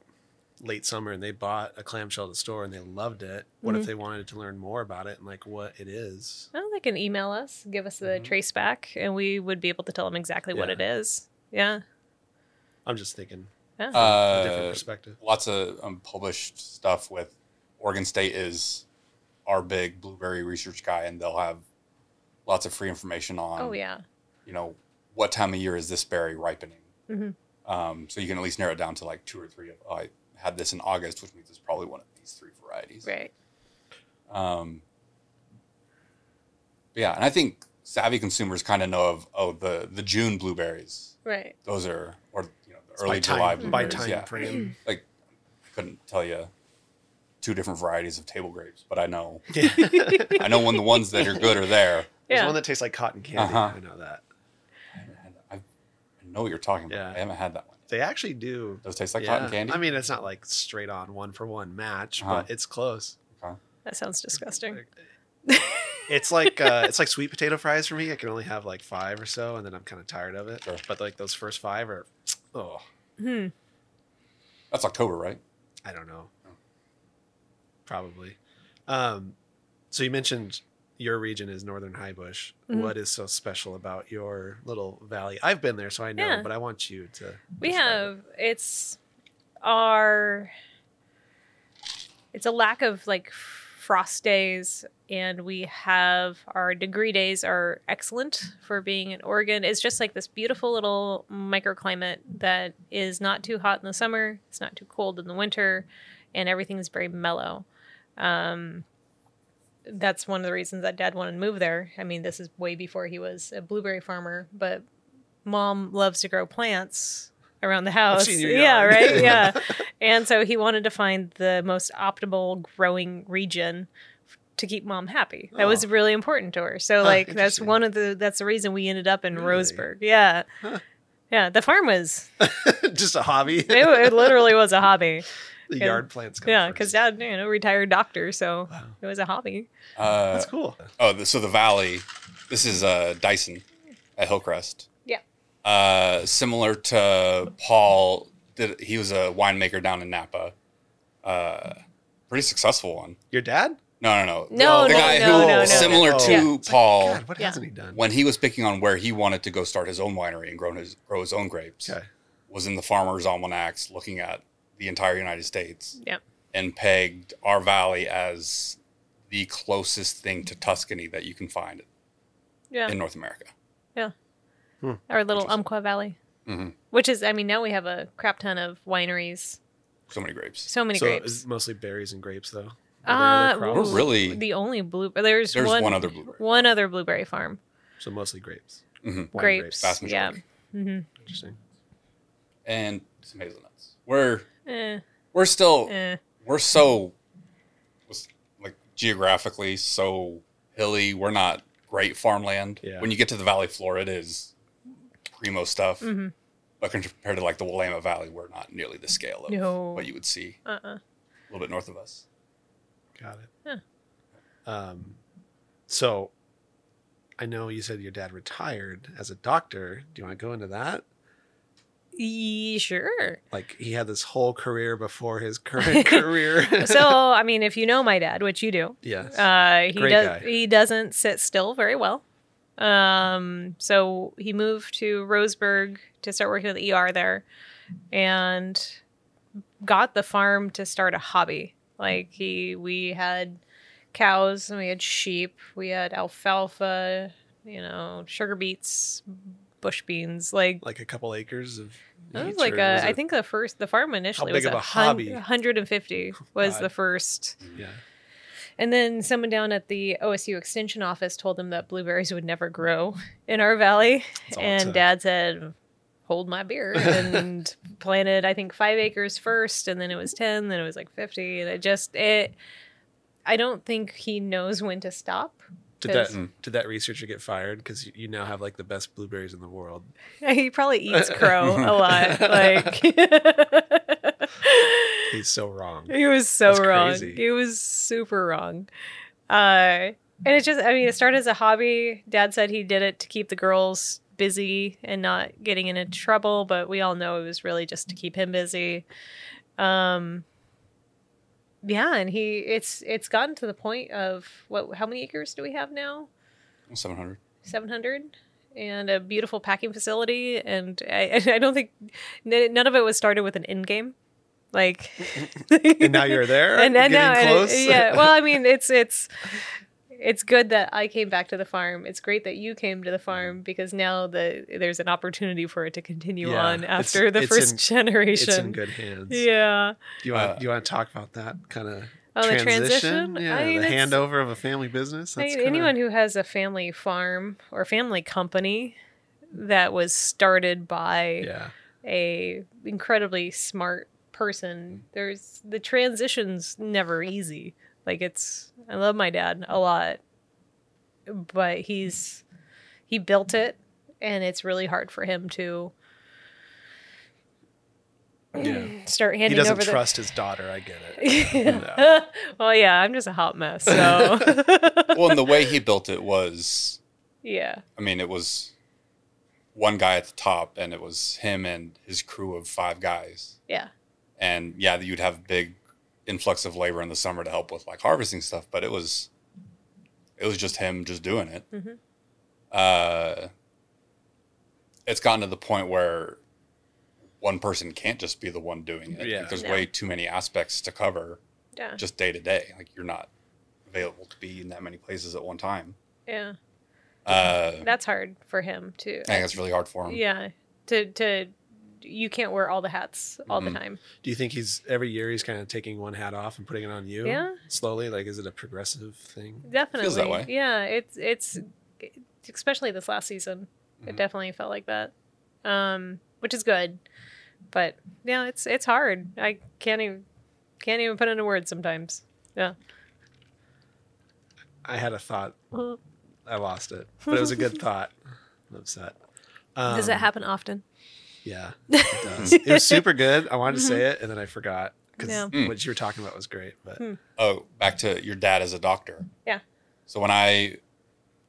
Speaker 1: late summer, and they bought a clamshell at the store and they loved it, what
Speaker 4: Mm-hmm.
Speaker 1: if they wanted to learn more about it and like what it is?
Speaker 4: Well, they can email us, give us the trace back, and we would be able to tell them exactly what
Speaker 1: Mm-hmm. Yeah.
Speaker 4: it is. Yeah.
Speaker 1: I'm just thinking
Speaker 4: Uh-huh.
Speaker 1: a different
Speaker 3: Uh, [LAUGHS]
Speaker 1: perspective.
Speaker 3: lots of unpublished stuff with Oregon State is our big blueberry research guy, and they'll have lots of free information on.
Speaker 1: Um,
Speaker 4: oh yeah.
Speaker 3: You know what time of year is this berry ripening?
Speaker 4: Mhm.
Speaker 3: Um, so you can at least narrow it down to like two or three. Of, oh, I had this in August, which means it's probably one of these three varieties.
Speaker 4: Right.
Speaker 3: Um, yeah, and I think savvy consumers kind of know of oh the the June blueberries.
Speaker 4: Right.
Speaker 3: Those are or you know the
Speaker 1: by
Speaker 3: early
Speaker 1: time, Mm-hmm. by
Speaker 3: July blueberries.
Speaker 1: time
Speaker 3: yeah
Speaker 1: frame.
Speaker 3: like I couldn't tell you two different varieties of table grapes, but
Speaker 1: [LAUGHS]
Speaker 3: I know
Speaker 4: [LAUGHS]
Speaker 3: I know when the ones that are good are there.
Speaker 1: There's
Speaker 4: Yeah.
Speaker 1: one that tastes like cotton candy.
Speaker 3: Uh-huh.
Speaker 1: I know that.
Speaker 3: I, haven't had that. I, I know what you're talking about.
Speaker 1: Yeah.
Speaker 3: I haven't had that one.
Speaker 1: They actually do.
Speaker 3: Does it taste like
Speaker 1: Yeah.
Speaker 3: cotton candy?
Speaker 1: I mean, it's not like straight on one for one match,
Speaker 3: Uh-huh.
Speaker 1: but it's close.
Speaker 3: okay.
Speaker 4: that sounds disgusting.
Speaker 1: It's like uh, it's like sweet potato fries for me. I can only have like five or so, and then I'm kind of tired of it.
Speaker 3: Sure.
Speaker 1: But like those first five are, oh,
Speaker 4: Hmm.
Speaker 3: That's October, right?
Speaker 1: I don't know,
Speaker 3: Oh.
Speaker 1: probably. Um, so you mentioned your region is northern high bush.
Speaker 4: Mhm.
Speaker 1: What is so special about your little valley? I've been there, so I know,
Speaker 4: Yeah.
Speaker 1: but I want you to.
Speaker 4: We
Speaker 1: describe it.
Speaker 4: have it's our it's a lack of like frost days and we have our degree days are excellent for being in Oregon. It's just like this beautiful little microclimate that is not too hot in the summer, it's not too cold in the winter, and everything is very mellow. Um, that's one of the reasons that dad wanted to move there. I mean, this is way before he was a blueberry farmer, but mom loves to grow plants around the house.
Speaker 1: seen your
Speaker 4: [LAUGHS] Yeah,
Speaker 1: yard. [LAUGHS]
Speaker 4: right? Yeah. and so he wanted to find the most optimal growing region f- to keep mom happy. That was
Speaker 1: Oh.
Speaker 4: really important to her. So
Speaker 1: Huh,
Speaker 4: like that's
Speaker 1: interesting.
Speaker 4: one of the that's the reason we ended up in
Speaker 1: Really?
Speaker 4: Roseburg. Yeah.
Speaker 1: Huh.
Speaker 4: Yeah, the farm was
Speaker 1: [LAUGHS] Just a hobby.
Speaker 4: it, it literally was a hobby.
Speaker 1: the
Speaker 4: yeah.
Speaker 1: yard plants. Come
Speaker 4: Yeah,
Speaker 1: first.
Speaker 4: because dad, you know, retired doctor, so
Speaker 1: Wow.
Speaker 4: it was a hobby.
Speaker 3: Uh,
Speaker 1: That's cool.
Speaker 3: Oh, the, so the valley. This is uh, Dyson at Hillcrest.
Speaker 4: Yeah.
Speaker 3: Uh, similar to Paul, did, he was a winemaker down in Napa. Uh, pretty successful one.
Speaker 1: Your dad?
Speaker 3: No, no, no.
Speaker 4: No,
Speaker 1: Oh,
Speaker 3: the
Speaker 4: no,
Speaker 3: guy
Speaker 4: no,
Speaker 3: who,
Speaker 4: no, no, no.
Speaker 3: similar to
Speaker 4: Yeah.
Speaker 3: Paul,
Speaker 1: God, what
Speaker 4: Yeah.
Speaker 1: hasn't he done?
Speaker 3: when he was picking on where he wanted to go start his own winery and grow his grow his own grapes,
Speaker 1: Okay.
Speaker 3: was in the Farmer's Almanacs, looking at the entire United States
Speaker 4: Yeah.
Speaker 3: and pegged our valley as the closest thing to Tuscany that you can find
Speaker 4: Yeah.
Speaker 3: in North America.
Speaker 4: Our little
Speaker 3: Interesting.
Speaker 4: Umpqua Valley.
Speaker 3: Mhm.
Speaker 4: Which is, I mean, now we have a crap ton of wineries.
Speaker 3: So many grapes.
Speaker 4: So many
Speaker 1: so
Speaker 4: grapes.
Speaker 1: it's mostly berries and grapes, though.
Speaker 4: Uh,
Speaker 1: Are there other
Speaker 3: We're
Speaker 1: crops?
Speaker 4: ooh.
Speaker 3: really
Speaker 4: the only blue there's,
Speaker 3: there's
Speaker 4: one,
Speaker 3: one, other blueberry.
Speaker 4: one other blueberry farm.
Speaker 1: So mostly grapes.
Speaker 3: Mhm.
Speaker 1: Wine
Speaker 4: grapes.
Speaker 3: vast
Speaker 4: Yeah.
Speaker 3: majority.
Speaker 4: hmm
Speaker 1: Interesting.
Speaker 3: and some hazelnuts. We're
Speaker 4: Eh,
Speaker 3: we're still
Speaker 4: eh.
Speaker 3: we're so was- like geographically so hilly. We're not great farmland.
Speaker 1: Yeah.
Speaker 3: When you get to the valley floor, it is primo stuff.
Speaker 4: Mhm.
Speaker 3: But compared to like the Willamette Valley, we're not nearly the scale of
Speaker 4: No.
Speaker 3: what you would see
Speaker 4: Uh-uh.
Speaker 3: a little bit north of us.
Speaker 1: Got it.
Speaker 4: Huh.
Speaker 1: Um, so I know you said your dad retired as a doctor. Do you want to go into that?
Speaker 4: E-
Speaker 3: [LAUGHS]
Speaker 4: sure.
Speaker 1: Like he had this whole career before his
Speaker 4: [LAUGHS]
Speaker 1: current career.
Speaker 4: So, I mean, if you know my dad, which you do,
Speaker 1: yes.
Speaker 4: uh, he
Speaker 1: Great
Speaker 4: does.
Speaker 1: guy.
Speaker 4: He doesn't sit still very well. Um, so he moved to Roseburg to start working at the ER there, and got the farm to start a hobby. Like he, we had cows and we had sheep, we had alfalfa, you know, sugar beets, bush beans, like
Speaker 1: like a couple acres of.
Speaker 4: that was
Speaker 1: each,
Speaker 4: like
Speaker 1: or
Speaker 4: a,
Speaker 1: was
Speaker 4: I
Speaker 1: it-
Speaker 4: think the first the farm initially
Speaker 1: big
Speaker 4: was
Speaker 1: of a
Speaker 4: hun-
Speaker 1: hobby?
Speaker 4: 150 was
Speaker 1: God.
Speaker 4: the first.
Speaker 3: Mm-hmm.
Speaker 1: Yeah.
Speaker 4: And then someone down at the OSU extension office told them that blueberries would never grow in our valley
Speaker 1: It's all it
Speaker 4: and
Speaker 1: took.
Speaker 4: dad said hold
Speaker 1: [LAUGHS]
Speaker 4: my beer and planted I think 5 acres first and then it was 10 then it was like 50 and it just it I don't think he knows when to stop. [LAUGHS]
Speaker 1: Did that
Speaker 3: Mm.
Speaker 1: did that researcher get fired because you, you now have like the best blueberries in the world?
Speaker 4: He probably eats crow a
Speaker 1: [LAUGHS]
Speaker 4: lot like [LAUGHS]
Speaker 1: He's so wrong.
Speaker 4: He was so
Speaker 1: That's
Speaker 4: wrong.
Speaker 1: crazy.
Speaker 4: He was super wrong. Uh, and it just, I mean, it started as a hobby. Dad said he did it to keep the girls busy and not getting into trouble, but we all know it was really just to keep him busy. Um, yeah, and he it's it's gotten to the point of what how many acres do we have now?
Speaker 3: Seven hundred. [LAUGHS]
Speaker 4: 700 and a beautiful packing facility and I, [LAUGHS] I don't think n- none of it was started with an end game. Like
Speaker 1: [LAUGHS] And now you're [LAUGHS] there.
Speaker 4: and then
Speaker 1: getting
Speaker 4: now, and it-
Speaker 1: close. [LAUGHS]
Speaker 4: yeah. Well, I mean, it's it's it's good that I came back to the farm. It's great that you came to the farm because now the there's an opportunity for it to continue
Speaker 1: Yeah,
Speaker 4: on
Speaker 1: it's-
Speaker 4: after the
Speaker 1: it's
Speaker 4: first
Speaker 1: in-
Speaker 4: [LAUGHS] generation.
Speaker 1: it's in good hands.
Speaker 4: Yeah.
Speaker 1: Do you want
Speaker 3: Uh,
Speaker 1: do you want to talk about that kind of
Speaker 4: Oh, the transition.
Speaker 1: Yeah,
Speaker 4: I mean,
Speaker 1: the
Speaker 4: it's-
Speaker 1: handover of a family business.
Speaker 4: I
Speaker 1: That's
Speaker 4: mean,
Speaker 1: kinda-
Speaker 4: anyone who has a family farm or family company that was started by
Speaker 1: yeah,
Speaker 4: a incredibly smart
Speaker 1: Mm-hmm.
Speaker 4: person there's the transitions never easy like it's i love my dad a lot but he's he built it and it's really hard for him to
Speaker 1: yeah.
Speaker 4: [CLEARS THROAT] start
Speaker 1: He
Speaker 4: handing
Speaker 1: doesn't
Speaker 4: over [LAUGHS]
Speaker 1: trust his daughter. I get it.
Speaker 4: the well yeah i'm just a hot mess
Speaker 1: [LAUGHS]
Speaker 4: so [LAUGHS]
Speaker 3: well, and the way he built it was
Speaker 4: yeah
Speaker 3: I mean, it was one guy at the top, and it was him and his crew of five guys.
Speaker 4: yeah
Speaker 3: And yeah, you'd have big influx of labor in the summer to help with like harvesting stuff, but it was it was just him just doing it.
Speaker 4: Mhm.
Speaker 3: Uh, it's gotten to the point where one person can't just be the one doing it. Like,
Speaker 1: Yeah.
Speaker 3: there's
Speaker 4: No.
Speaker 3: way too many aspects to cover
Speaker 4: yeah
Speaker 3: just day to day. Like you're not available to be in that many places at one time.
Speaker 4: Yeah.
Speaker 3: Uh,
Speaker 4: That's hard for him too.
Speaker 3: I think it's really hard for him.
Speaker 4: Yeah. To to you can't wear all the hats all
Speaker 3: Mhm.
Speaker 4: the time.
Speaker 1: Do you think he's every year he's kind of taking one hat off and putting it on you?
Speaker 4: Yeah.
Speaker 1: Slowly, like is it a progressive thing?
Speaker 4: Definitely.
Speaker 3: Feels that way.
Speaker 4: Yeah, it's it's especially this last season. It
Speaker 1: Mhm.
Speaker 4: definitely felt like that. Um which is good. But yeah, it's it's hard. I can't even can't even put into words sometimes.
Speaker 1: I had a thought.
Speaker 4: Well,
Speaker 1: I lost
Speaker 4: [LAUGHS]
Speaker 1: it, but it was a good thought. I'm upset. Um,
Speaker 4: Does that happen often?
Speaker 1: Yeah,
Speaker 4: [LAUGHS]
Speaker 1: it does. it was super good. I wanted to say it, and then I forgot because
Speaker 4: Mm-hmm. Yeah.
Speaker 3: Hmm.
Speaker 1: what you were talking about was great. But
Speaker 4: Hmm.
Speaker 3: Oh, back to your dad as a doctor.
Speaker 4: Yeah.
Speaker 3: So when I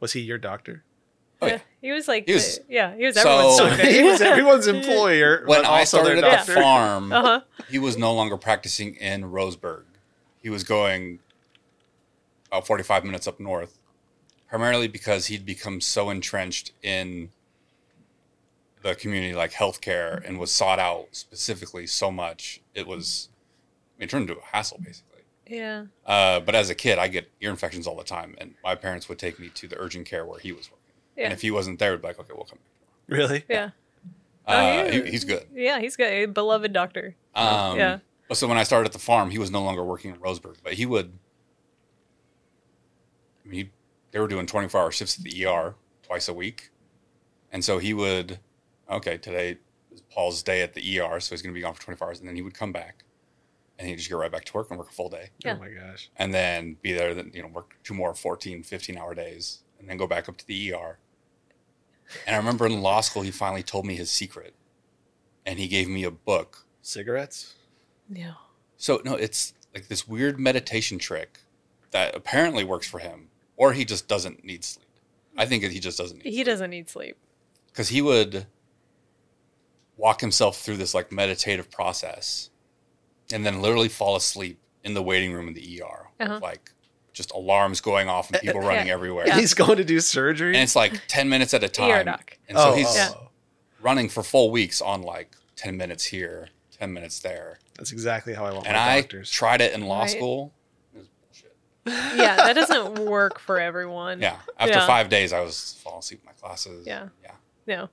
Speaker 1: was he your doctor?
Speaker 3: Oh, yeah.
Speaker 4: He was like
Speaker 3: He was-
Speaker 4: the- yeah, he was
Speaker 3: So-
Speaker 4: everyone's
Speaker 3: So
Speaker 4: doctor.
Speaker 3: [LAUGHS]
Speaker 1: he
Speaker 4: [LAUGHS]
Speaker 1: was everyone's employer.
Speaker 3: Oh. when
Speaker 1: but
Speaker 3: I
Speaker 1: also their
Speaker 3: started at
Speaker 1: doctor.
Speaker 3: the [LAUGHS]
Speaker 4: [LAUGHS]
Speaker 3: farm,
Speaker 4: Uh-huh.
Speaker 3: he was no longer practicing in Roseburg. He was going about 45 minutes up north, primarily because he'd become so entrenched in the community, like healthcare, and was sought out specifically so much. It was, it turned into a hassle, basically.
Speaker 4: Yeah.
Speaker 3: Uh, but as a kid, I get ear infections all the time, and my parents would take me to the urgent care where he was working.
Speaker 4: Yeah.
Speaker 3: And if he wasn't there, it'd be like, okay, we'll come.
Speaker 1: Really?
Speaker 4: Yeah.
Speaker 3: Uh,
Speaker 4: Oh,
Speaker 3: he,
Speaker 4: yeah.
Speaker 3: he's good.
Speaker 4: Yeah, he's got a beloved doctor.
Speaker 3: Um,
Speaker 4: Yeah.
Speaker 3: but So when I started at the farm, he was no longer working in Roseburg, but he would. I mean, he, they were doing 24 hour shifts at the ER twice a week. And so he would, okay, today is Paul's day at the ER, so he's going to be gone for 24 hours. And then he would come back and he'd just go right back to work and work a full day
Speaker 4: Yeah.
Speaker 1: Oh my gosh.
Speaker 3: and then be there, then, you know, work two more 14, 15 hour days and then go back up to the ER. And I remember in law school, he finally told me his secret and he gave me a book
Speaker 1: Cigarettes.
Speaker 4: Yeah.
Speaker 3: so no, it's like this weird meditation trick that apparently works for him, or he just doesn't need sleep. I think that he just doesn't. Need
Speaker 4: He doesn't need sleep.
Speaker 3: because he would walk himself through this like meditative process, and then literally fall asleep in the waiting room in the ER, with,
Speaker 4: Uh-huh. Uh,
Speaker 3: like just alarms going off and people
Speaker 1: Yeah.
Speaker 3: running everywhere.
Speaker 4: Yeah.
Speaker 1: He's going to do surgery.
Speaker 3: And it's like ten minutes at a
Speaker 4: ER
Speaker 3: time,
Speaker 4: doc.
Speaker 3: and so
Speaker 1: oh,
Speaker 3: he's
Speaker 4: Yeah.
Speaker 1: oh.
Speaker 3: running for full weeks on like ten minutes here, ten minutes there.
Speaker 1: that's exactly how I want
Speaker 3: And
Speaker 1: my
Speaker 3: I
Speaker 1: doctors.
Speaker 3: tried it in law
Speaker 4: Right.
Speaker 3: school. It was bullshit.
Speaker 4: Yeah, that doesn't work for everyone. [LAUGHS]
Speaker 3: Yeah. After
Speaker 4: Yeah.
Speaker 3: five days, I was falling asleep in my classes.
Speaker 4: Yeah.
Speaker 3: Yeah.
Speaker 4: No,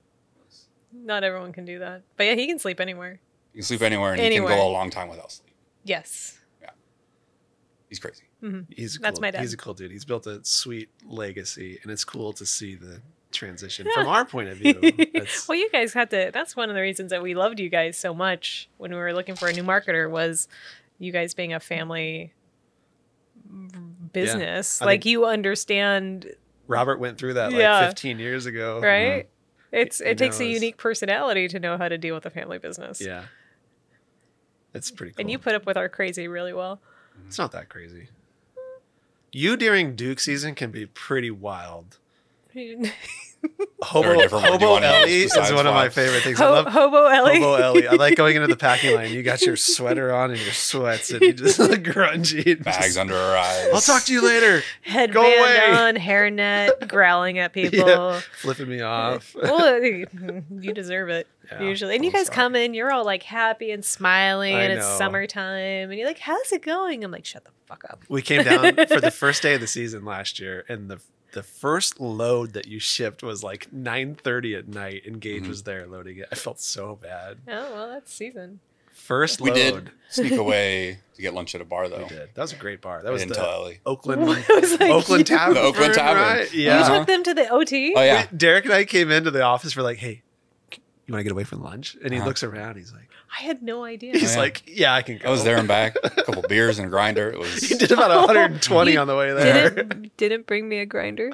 Speaker 4: not everyone can do that. But yeah, he can sleep anywhere.
Speaker 3: You can sleep anywhere and you can
Speaker 4: Anywhere.
Speaker 3: go a long time without sleep.
Speaker 4: Yes.
Speaker 3: He's
Speaker 4: [LAUGHS]
Speaker 3: crazy.
Speaker 1: he's a
Speaker 4: That's
Speaker 1: cool,
Speaker 4: my dad.
Speaker 1: He's a cool dude. He's built a sweet legacy, and it's cool to see the transition from our point of
Speaker 4: [LAUGHS]
Speaker 1: view. That's,
Speaker 4: well, you guys had to. That's one of the reasons that we loved you guys so much when we were looking for a new marketer was you guys being a family business.
Speaker 1: I
Speaker 4: like
Speaker 1: think-
Speaker 4: you understand,
Speaker 1: Robert went through that like
Speaker 4: Yeah.
Speaker 1: 15 years ago.
Speaker 4: right? It's
Speaker 1: He
Speaker 4: it takes a
Speaker 1: knows.
Speaker 4: unique personality to know how to deal with a family business.
Speaker 1: Yeah, it's pretty cool.
Speaker 4: And you put up with our crazy really well.
Speaker 1: It's not that crazy. You during Duke season can be pretty wild.
Speaker 3: There
Speaker 1: Hobo,
Speaker 3: are different ones you
Speaker 1: Hobo
Speaker 3: wanna use
Speaker 1: Ellie is
Speaker 3: besides
Speaker 1: one of my
Speaker 3: wild.
Speaker 1: favorite things. I
Speaker 4: Ho-
Speaker 1: love
Speaker 4: Hobo Ellie.
Speaker 1: Hobo Ellie. I like going into the
Speaker 4: [LAUGHS]
Speaker 1: packing line. You got your sweater on and your sweats, and you just [LAUGHS] look grungy. and
Speaker 3: Bags
Speaker 1: just,
Speaker 3: under her eyes.
Speaker 1: I'll talk to you later.
Speaker 4: headband
Speaker 1: away. [LAUGHS]
Speaker 4: on, hairnet, growling at people.
Speaker 1: Flipping me
Speaker 4: [LAUGHS]
Speaker 1: off.
Speaker 4: Well, you deserve it
Speaker 1: Yeah,
Speaker 4: usually. And you
Speaker 1: I'm
Speaker 4: guys
Speaker 1: sorry.
Speaker 4: come in, you're all like happy and smiling,
Speaker 1: I
Speaker 4: and it's
Speaker 1: know.
Speaker 4: summertime, and you're like, "How's it going?" I'm like, "Shut the fuck up."
Speaker 1: We came
Speaker 4: [LAUGHS]
Speaker 1: down for the first day of the season last year, and the the first load that you shipped was like nine thirty at night, and Gage
Speaker 3: Mhm.
Speaker 1: was there loading it. I felt so bad.
Speaker 4: Oh well, that's season.
Speaker 1: First
Speaker 3: We
Speaker 1: load,
Speaker 3: did
Speaker 1: [LAUGHS]
Speaker 3: sneak away to get lunch at a bar,
Speaker 1: We
Speaker 3: though.
Speaker 1: did. That was a great bar. That
Speaker 3: I
Speaker 1: was
Speaker 3: didn't
Speaker 1: the
Speaker 3: tell Ellie.
Speaker 1: [LAUGHS] Oakland,
Speaker 4: [LAUGHS] I was like,
Speaker 1: Oakland
Speaker 4: [LAUGHS] you-
Speaker 1: Tavern.
Speaker 3: The Oakland Tavern.
Speaker 1: right?
Speaker 4: You
Speaker 1: Yeah.
Speaker 4: took them to the OT.
Speaker 3: Oh, yeah.
Speaker 1: Derek and I came into the office. We're like, hey, you want to get away from lunch? And he
Speaker 3: Uh-huh. Oh,
Speaker 1: looks around. He's like,
Speaker 4: I had no idea.
Speaker 1: he's
Speaker 4: [LAUGHS]
Speaker 3: yeah.
Speaker 1: like, yeah, I can go.
Speaker 3: I was there and back, a couple beers and a grinder. It
Speaker 1: [LAUGHS]
Speaker 3: was.
Speaker 1: He did
Speaker 4: [LAUGHS]
Speaker 1: about 120
Speaker 4: You
Speaker 1: on the way there.
Speaker 4: Oh, didn't didn't bring me a grinder.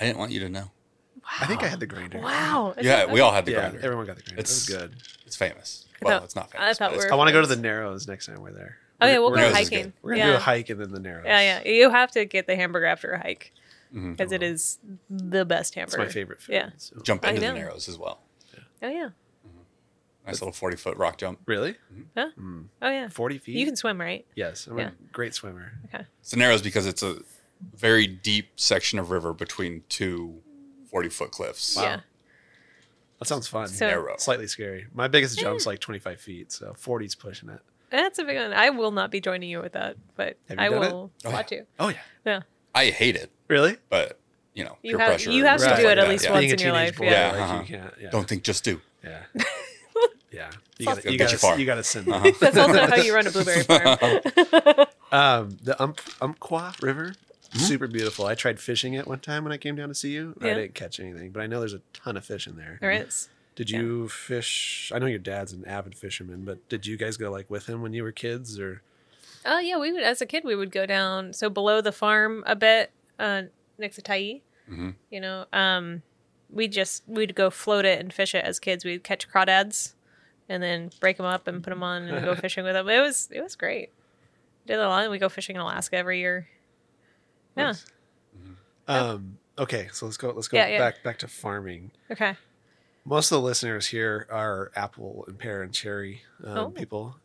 Speaker 3: I didn't want you to know.
Speaker 4: Wow.
Speaker 1: [LAUGHS] I think I had the grinder.
Speaker 4: Wow. Is
Speaker 3: Yeah,
Speaker 4: that-
Speaker 3: we all had the
Speaker 1: Yeah,
Speaker 3: grinder.
Speaker 1: everyone got the grinder. It's
Speaker 3: It's-
Speaker 1: good.
Speaker 3: It's famous.
Speaker 4: I
Speaker 3: Well,
Speaker 4: thought-
Speaker 3: it's not famous.
Speaker 4: I thought
Speaker 3: but
Speaker 4: we
Speaker 3: it's-
Speaker 4: were.
Speaker 1: I want to go to the Narrows next time we're there.
Speaker 4: Oh yeah, we'll
Speaker 1: We're
Speaker 4: go
Speaker 3: Narrows is
Speaker 4: hiking.
Speaker 3: good.
Speaker 1: We're gonna
Speaker 4: yeah.
Speaker 1: do a hike and then the Narrows.
Speaker 4: Yeah, yeah. You have to get the hamburger after a hike
Speaker 3: Mhm.
Speaker 4: because it is the
Speaker 1: it's
Speaker 4: best
Speaker 1: my
Speaker 4: hamburger.
Speaker 1: favorite food.
Speaker 4: Yeah.
Speaker 1: so-
Speaker 3: Jump
Speaker 4: I
Speaker 3: into the
Speaker 4: know.
Speaker 3: narrows as well.
Speaker 4: Oh yeah.
Speaker 3: Nice little 40 foot rock jump.
Speaker 1: Really?
Speaker 4: Huh?
Speaker 1: Mm.
Speaker 4: Oh yeah.
Speaker 1: Forty feet.
Speaker 4: You can swim, right?
Speaker 1: Yes, I'm
Speaker 4: Yeah.
Speaker 1: a great swimmer.
Speaker 3: It's the narrows because it's a very deep section of river between two 40 foot cliffs.
Speaker 4: Yeah.
Speaker 1: That sounds fun.
Speaker 4: So-
Speaker 3: Narrow.
Speaker 1: Slightly scary. My biggest jump's like 25 feet, so 40's pushing it.
Speaker 4: Oh That's a big one. I will not be joining you with that, but
Speaker 1: Have you
Speaker 4: I
Speaker 1: done it?
Speaker 4: will
Speaker 3: Oh,
Speaker 4: want to.
Speaker 1: Oh yeah,
Speaker 4: Yeah.
Speaker 3: I hate it,
Speaker 1: really?
Speaker 3: but you know,
Speaker 4: You
Speaker 3: peer
Speaker 4: have-
Speaker 3: pressure.
Speaker 4: you
Speaker 3: and
Speaker 4: have to
Speaker 3: stuff
Speaker 4: do
Speaker 3: like
Speaker 4: it at
Speaker 3: that,
Speaker 4: least
Speaker 3: yeah.
Speaker 4: once. in your
Speaker 1: teenage
Speaker 4: life, yeah.
Speaker 1: like,
Speaker 3: Yeah, uh-huh.
Speaker 1: you can't. Yeah.
Speaker 3: Don't think, just
Speaker 4: [LAUGHS]
Speaker 3: do.
Speaker 1: Yeah. yeah. You
Speaker 4: That's
Speaker 1: gotta, you
Speaker 3: Get you far. Uh-huh.
Speaker 1: gotta, you gotta send
Speaker 3: [LAUGHS]
Speaker 4: That's also how you run a
Speaker 1: [LAUGHS]
Speaker 4: blueberry farm. [LAUGHS]
Speaker 1: Um, the um, Umpqua River,
Speaker 3: Mm-hmm.
Speaker 1: super beautiful. I tried fishing it one time when I came down to see you. I
Speaker 4: Yeah.
Speaker 1: didn't catch anything, but I know there's a ton of fish in there.
Speaker 4: There is.
Speaker 1: Did you fish? I know your dad's an avid fisherman, but did you guys go like with him when you were kids, or
Speaker 4: Oh yeah, we would as a kid we would go down so below the farm a bit, uh, next to Tai.
Speaker 3: Mhm.
Speaker 4: You know, um, we just we'd go float it and fish it as kids. We'd catch crawdads, and then break them up and put them on
Speaker 1: [LAUGHS]
Speaker 4: and go fishing with them. It was it was great. Did a lot. We go fishing in Alaska every year. Yeah.
Speaker 1: um? Okay, so let's go. Let's go
Speaker 4: Yeah, yeah.
Speaker 1: back back to farming.
Speaker 4: Okay.
Speaker 1: Most of the listeners here are apple and pear and cherry um,
Speaker 4: Oh.
Speaker 1: people.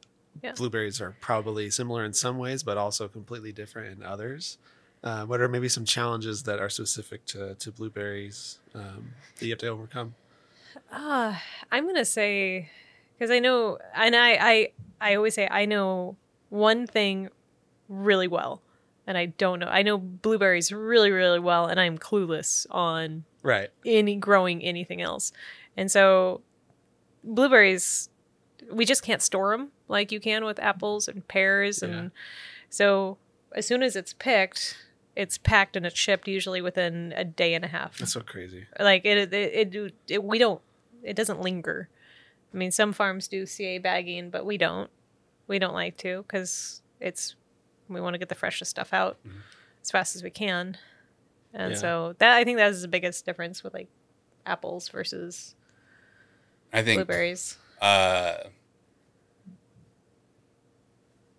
Speaker 4: Yeah.
Speaker 1: Blueberries are probably similar in some ways, but also completely different in others. Uh, what are maybe some challenges that are specific to, to blueberries um, that you have to overcome?
Speaker 4: Uh, I'm gonna say because I know, and I, I, I always say I know one thing really well, and I don't know. I know blueberries really, really well, and I'm clueless on
Speaker 1: Right.
Speaker 4: any growing anything else, and so blueberries, we just can't store them like you can with apples and pears,
Speaker 1: Yeah.
Speaker 4: and so as soon as it's picked, it's packed and it's shipped usually within a day and a half
Speaker 1: That's so crazy.
Speaker 4: like it it, it it we don't it doesn't linger i mean some farms do ca bagging but we don't we don't like to because it's we want to get the freshest stuff out as fast as we can and
Speaker 1: Mm-hmm. Yeah.
Speaker 4: so that i think that is the biggest difference with like apples versus
Speaker 3: I think
Speaker 4: blueberries
Speaker 3: uh,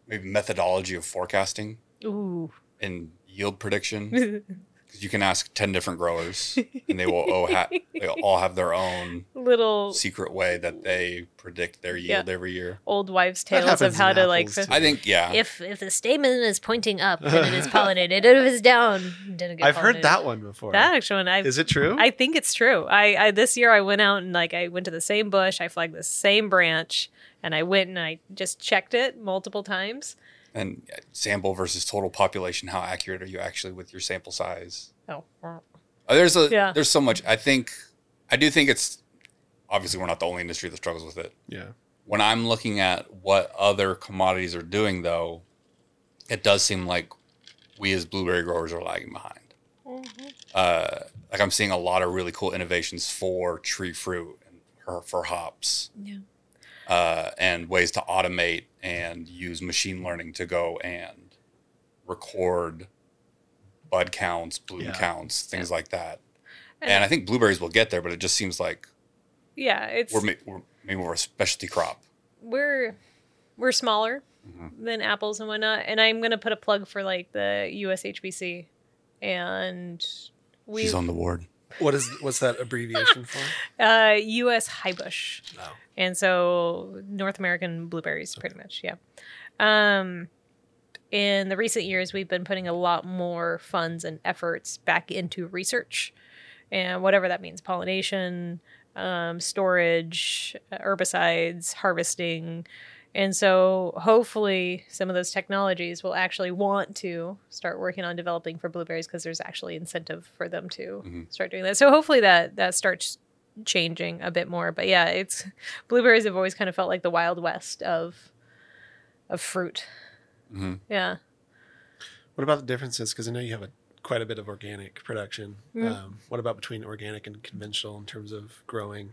Speaker 3: maybe methodology of forecasting
Speaker 4: ooh
Speaker 3: and yield prediction. Because you can ask 10 different growers and they will all, ha- they all have their own
Speaker 4: [LAUGHS] little
Speaker 3: secret way that they predict their yield every year.
Speaker 4: old wives
Speaker 1: That
Speaker 4: tales of
Speaker 1: happens
Speaker 4: how
Speaker 1: in
Speaker 4: to like
Speaker 1: apples,
Speaker 4: fi-
Speaker 3: I think, yeah.
Speaker 4: [LAUGHS] if if the stamen is pointing up then
Speaker 1: [LAUGHS]
Speaker 4: it is pollinated if it's down didn't get
Speaker 1: I've heard
Speaker 4: pollinated.
Speaker 1: that one before.
Speaker 4: that actually one i've
Speaker 1: Is it true?
Speaker 4: I think it's true. I, I this year I went out and like I went to the same bush, I flagged the same branch, and I went and I just checked it multiple times.
Speaker 3: and sample versus total population, how accurate are you actually with your sample size?
Speaker 4: Oh,
Speaker 3: Uh, There's a
Speaker 4: Yeah.
Speaker 3: there's so much. I think I do think it's obviously we're not the only industry that struggles with it.
Speaker 1: yeah.
Speaker 3: When I'm looking at what other commodities are doing though, it does seem like we as blueberry growers are lagging behind. Uh, like I'm seeing a lot of really cool innovations for tree fruit and for, for hops.
Speaker 4: Yeah.
Speaker 3: Uh, and ways to automate and use machine learning to go and record bud counts, bloom
Speaker 1: Yeah.
Speaker 3: counts, things like that and
Speaker 4: And-
Speaker 3: I think blueberries will get there, but it just seems like
Speaker 4: yeah, it's
Speaker 3: we're,
Speaker 4: we're
Speaker 3: ma- we're maybe we're a specialty crop.
Speaker 4: we're, smaller
Speaker 3: Mm-hmm.
Speaker 4: than apples and whatnot. And I'm gonna put a plug for like the USHBC, and we
Speaker 3: She's on the ward.
Speaker 1: What is what's that abbreviation
Speaker 4: [LAUGHS]
Speaker 1: for?
Speaker 4: uh, US high bush.
Speaker 1: No.
Speaker 4: and so North American blueberries, pretty much, yeah. Um, in the recent years, we've been putting a lot more funds and efforts back into research, and whatever that means, pollination, um, storage, uh, herbicides, harvesting, and so hopefully some of those technologies will actually want to start working on developing for blueberries because there's actually incentive for them to
Speaker 3: Mhm.
Speaker 4: start doing that. So hopefully that that starts changing a bit more. But yeah, it's blueberries have always kind of felt like the wild west of of fruit.
Speaker 3: Mm-hmm.
Speaker 4: Yeah.
Speaker 1: What about the differences? Because I know you have a quite a bit of organic production.
Speaker 4: Mm.
Speaker 1: Um, what about between organic and conventional in terms of growing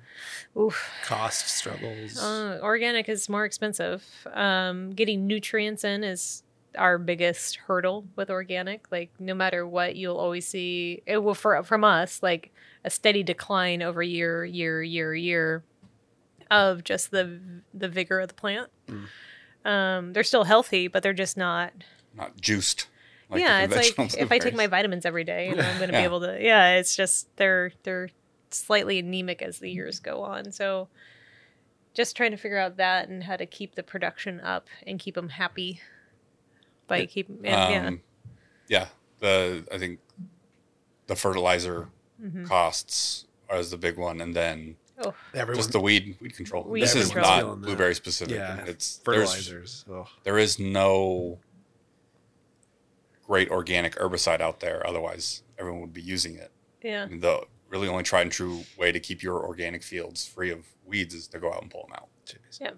Speaker 4: Oof.
Speaker 1: cost struggles?
Speaker 4: Uh, organic is more expensive. Um, getting nutrients in is our biggest hurdle with organic. Like no matter what, you'll always see it will for, from us like a steady decline over year, year, year, year of just the the vigor of the plant.
Speaker 1: Mm.
Speaker 4: Um, they're still healthy, but yeah, they're just not
Speaker 3: Not juiced. the
Speaker 4: yeah, it's like
Speaker 3: conventional [LAUGHS]
Speaker 4: if I take my
Speaker 3: blueberries.
Speaker 4: vitamins every day, and I'm going to
Speaker 3: Yeah.
Speaker 4: be able to. Yeah, it's just they're they're slightly anemic as the years go on. So, just trying to figure out that and how to keep the production up and keep them happy by keep and, yeah.
Speaker 3: Um, yeah, the I think the fertilizer
Speaker 4: Mhm.
Speaker 3: costs is the big one, and then
Speaker 4: Oh,
Speaker 1: Everyone,
Speaker 3: Just the weed weed control.
Speaker 4: Weed
Speaker 3: this is
Speaker 4: control.
Speaker 3: not
Speaker 1: Everyone's feeling that.
Speaker 3: blueberry specific.
Speaker 1: yeah,
Speaker 3: It's there's
Speaker 1: fertilizers. Ugh.
Speaker 3: there is no great organic herbicide out there. Otherwise, everyone would be using it.
Speaker 4: yeah.
Speaker 3: I mean, the really only tried and true way to keep your organic fields free of weeds is to go out and pull them out.
Speaker 1: Jeez.
Speaker 3: So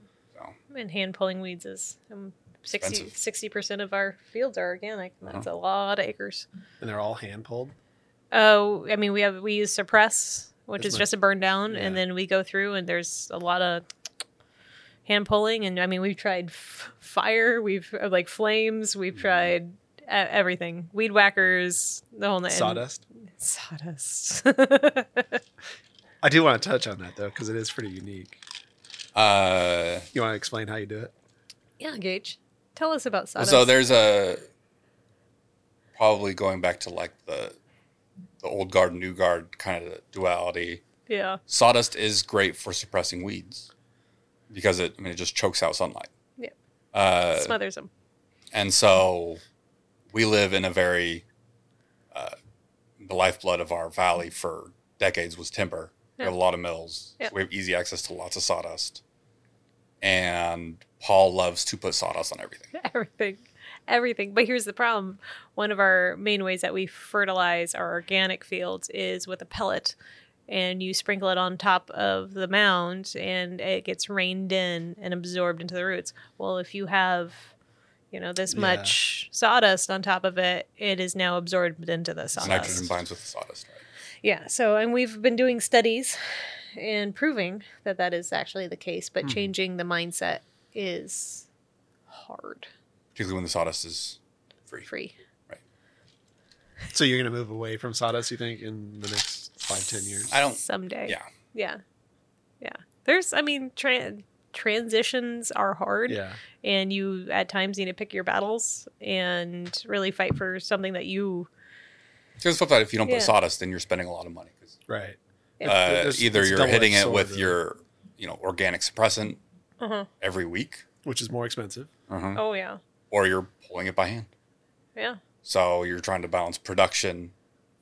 Speaker 4: And hand pulling weeds is um, 60
Speaker 3: Expensive. Uh-huh.
Speaker 4: 60% of our fields are organic. and That's a lot of acres.
Speaker 1: And they're all hand pulled.
Speaker 4: Oh, I mean, we have we use suppress, which
Speaker 1: That's
Speaker 4: is
Speaker 1: my-
Speaker 4: just a burn down, and
Speaker 1: Yeah.
Speaker 4: then we go through, and there's a lot of hand pulling, and I mean, we've tried f- fire, we've uh, like flames,
Speaker 1: Mm-hmm.
Speaker 4: we've tried e- everything, weed whackers, the whole night,
Speaker 1: Sawdust.
Speaker 4: sawdust. [LAUGHS]
Speaker 1: I do want to touch on that though because it is pretty unique.
Speaker 3: uh,
Speaker 1: You want to explain how you do it?
Speaker 4: yeah, Gage, tell us about sawdust.
Speaker 3: so there's a probably going back to like the the old guard new guard kind of duality.
Speaker 4: yeah,
Speaker 3: Sawdust is great for suppressing weeds because it I mean it just chokes out sunlight.
Speaker 4: Yep.
Speaker 3: Uh,
Speaker 4: smothers them.
Speaker 3: and so we live in a very uh, the lifeblood of our valley for decades was timber. We have a lot of mills.
Speaker 4: Yeah.
Speaker 3: So we have easy access to lots of sawdust. And Paul loves to put sawdust on everything.
Speaker 4: [LAUGHS] everything everything but here's the problem one of our main ways that we fertilize our organic fields is with a pellet and you sprinkle it on top of the mound and it gets rained in and absorbed into the roots well if you have you know this
Speaker 1: Yeah.
Speaker 4: much sawdust on top of it it is now absorbed into the
Speaker 3: So
Speaker 4: sawdust
Speaker 3: Nitrogen binds with the sawdust, right?
Speaker 4: yeah. So, and we've been doing studies and proving that that is actually the case, but changing the mindset is hard.
Speaker 3: Particularly when the sawdust is free.
Speaker 4: Free.
Speaker 1: So you're going to move away from sawdust, you think, in the next five, ten years?
Speaker 3: I don't.
Speaker 4: Someday.
Speaker 3: Yeah.
Speaker 4: Yeah. Yeah. There's, I mean, tran transitions are hard.
Speaker 1: Yeah,
Speaker 4: and you at times need to pick your battles and really fight for something that you
Speaker 3: Here's the flip side: if you don't
Speaker 4: Yeah.
Speaker 3: put sawdust, then you're spending a lot of money. 'cause,
Speaker 1: right.
Speaker 3: Uh,
Speaker 1: It's-
Speaker 3: either
Speaker 1: it's
Speaker 3: you're
Speaker 1: double-edged
Speaker 3: hitting it
Speaker 1: sword,
Speaker 3: with
Speaker 1: really.
Speaker 3: your, you know, organic suppressant
Speaker 4: uh-huh.
Speaker 3: every week,
Speaker 1: Which is more expensive.
Speaker 3: uh-huh,
Speaker 4: oh yeah
Speaker 3: or you're pulling it by hand.
Speaker 4: yeah
Speaker 3: So you're trying to balance production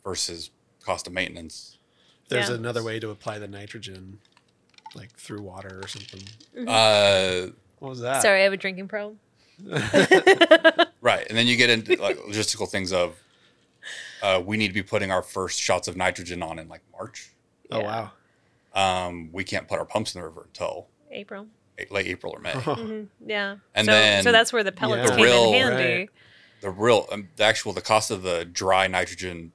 Speaker 3: versus cost of maintenance.
Speaker 1: There's
Speaker 4: Yeah.
Speaker 1: another way to apply the nitrogen, like through water or something.
Speaker 4: Mm-hmm.
Speaker 3: Uh,
Speaker 1: What was [LAUGHS] that? Oh,
Speaker 4: sorry i have a drinking problem
Speaker 3: right, and then you get into like logistical things of uh, we need to be putting our first shots of nitrogen on in like March.
Speaker 1: Oh
Speaker 4: Yeah.
Speaker 1: wow. [LAUGHS]
Speaker 3: Um, we can't put our pumps in the river until
Speaker 4: april
Speaker 3: a- late April or May.
Speaker 1: Oh,
Speaker 4: hmm yeah
Speaker 3: And
Speaker 4: so,
Speaker 3: then
Speaker 4: so that's where the pellets
Speaker 1: Yeah.
Speaker 4: came
Speaker 3: Real-
Speaker 4: in handy
Speaker 1: Right.
Speaker 3: the real, um, the actual, the cost of the dry nitrogen,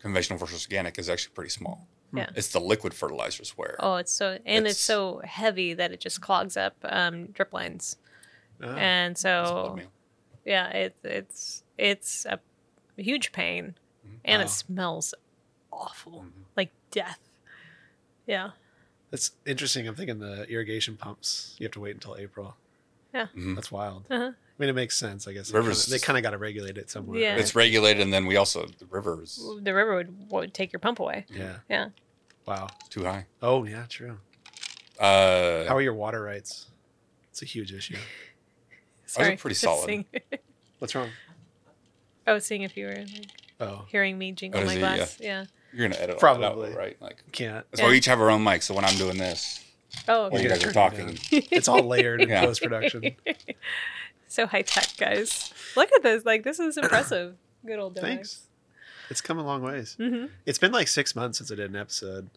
Speaker 3: conventional versus organic is actually pretty small.
Speaker 4: Yeah.
Speaker 3: It's the liquid fertilizers where
Speaker 4: Oh, it's so and it's,
Speaker 3: It's-
Speaker 4: so heavy that it just clogs up um, drip lines,
Speaker 1: Ah.
Speaker 4: and
Speaker 3: it's
Speaker 4: so
Speaker 3: oatmeal.
Speaker 4: yeah, it, it's it's a huge pain,
Speaker 3: Mm-hmm. Uh-huh.
Speaker 4: and
Speaker 1: Wow.
Speaker 4: it smells awful,
Speaker 3: Mhm.
Speaker 4: like death. Yeah,
Speaker 1: That's interesting. I'm thinking the irrigation pumps. You have to wait until April.
Speaker 4: Yeah.
Speaker 3: Mhm.
Speaker 1: that's wild.
Speaker 4: Uh-huh.
Speaker 1: I mean, it makes sense. I guess
Speaker 3: Rivers-
Speaker 1: They kind of got to regulate it somewhere.
Speaker 4: Yeah.
Speaker 3: it's regulated, and then we also the river is
Speaker 4: the river would, would take your pump away.
Speaker 1: Yeah.
Speaker 4: Yeah.
Speaker 1: Wow.
Speaker 3: too high.
Speaker 1: Oh yeah, true.
Speaker 3: Uh,
Speaker 1: How are your water rights? It's a huge issue.
Speaker 4: Sorry,
Speaker 3: pretty
Speaker 4: just
Speaker 3: solid.
Speaker 4: Seeing, [LAUGHS]
Speaker 1: What's wrong?
Speaker 4: I was seeing if you were like,
Speaker 1: Oh,
Speaker 4: hearing me jingle
Speaker 3: Oh,
Speaker 4: my
Speaker 3: is it?
Speaker 4: glass. Yeah.
Speaker 3: You're gonna edit all that
Speaker 1: Probably.
Speaker 3: out, right? Like
Speaker 1: can't.
Speaker 3: that's why we each have our own mic. So when I'm doing this,
Speaker 4: Oh,
Speaker 3: while you
Speaker 4: okay.
Speaker 1: Yeah,
Speaker 4: [LAUGHS]
Speaker 3: guys are
Speaker 1: turn it
Speaker 3: talking,
Speaker 1: It's [LAUGHS] all layered in
Speaker 3: Yeah.
Speaker 1: post production.
Speaker 4: so high tech, guys. Look at this. Like this is
Speaker 3: [COUGHS]
Speaker 4: impressive. Good old device.
Speaker 1: Thanks. It's come a long ways.
Speaker 4: hmm
Speaker 1: It's been like six months since I did an episode.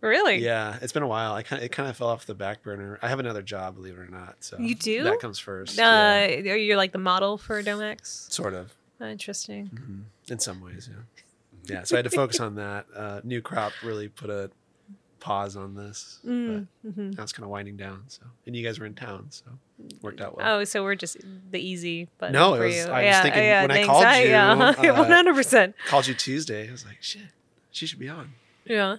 Speaker 4: Really?
Speaker 1: Yeah, it's been a while. I kind of it kind of fell off the back burner. I have another job, believe it or not. So
Speaker 4: You do?
Speaker 1: That comes first.
Speaker 4: Uh,
Speaker 1: yeah.
Speaker 4: are you like the model for Domex?
Speaker 1: sort of.
Speaker 4: Uh, Interesting.
Speaker 1: Mhm. In some ways, yeah. Yeah, so I had to focus on that. Uh, new crop really put a pause on this.
Speaker 4: Mm,
Speaker 1: But
Speaker 4: mhm.
Speaker 1: now it's kind of winding down. So, and you guys were in town, so it worked out well.
Speaker 4: Oh, so we're just the easy button
Speaker 1: No, it
Speaker 4: for
Speaker 1: was-
Speaker 4: you.
Speaker 1: I was thinking when I called you,
Speaker 4: [LAUGHS]
Speaker 1: uh,
Speaker 4: one hundred percent.
Speaker 1: Called you Tuesday. I was like, shit, she should be on.
Speaker 4: Yeah.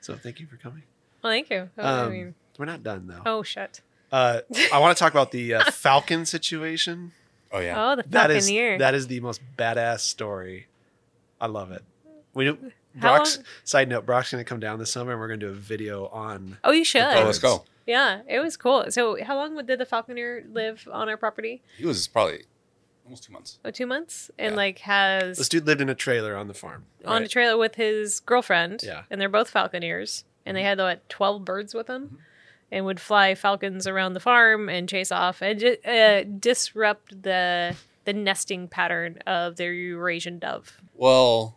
Speaker 1: So thank you for coming.
Speaker 4: Well, thank you. Oh, I
Speaker 1: Um,
Speaker 4: mean,
Speaker 1: We're not done though.
Speaker 4: oh shit.
Speaker 1: Uh, I want to talk about the
Speaker 4: [LAUGHS]
Speaker 1: uh, Falcon situation.
Speaker 3: oh yeah,
Speaker 4: Oh, the
Speaker 1: That
Speaker 4: fucking
Speaker 1: is
Speaker 4: year.
Speaker 1: that is the most badass story. I love it. We
Speaker 4: How
Speaker 1: Brock's
Speaker 4: long-
Speaker 1: side note. Brock's gonna come down this summer, and we're gonna do a video on.
Speaker 4: oh, you should.
Speaker 3: oh let's go.
Speaker 4: Yeah, it was cool. So, how long did the falconer live on our property?
Speaker 3: He was probably almost two months.
Speaker 4: Oh, two months, and
Speaker 3: Yeah.
Speaker 4: like has
Speaker 1: This dude lived in a trailer on the farm.
Speaker 4: on a
Speaker 1: right?
Speaker 4: trailer with his girlfriend.
Speaker 1: Yeah.
Speaker 4: And they're both falconeers. and they
Speaker 3: Mm-hmm.
Speaker 4: had like 12 birds with them and would fly falcons around the farm and chase off and ju- uh, disrupt the the nesting pattern of their Eurasian dove.
Speaker 3: Well,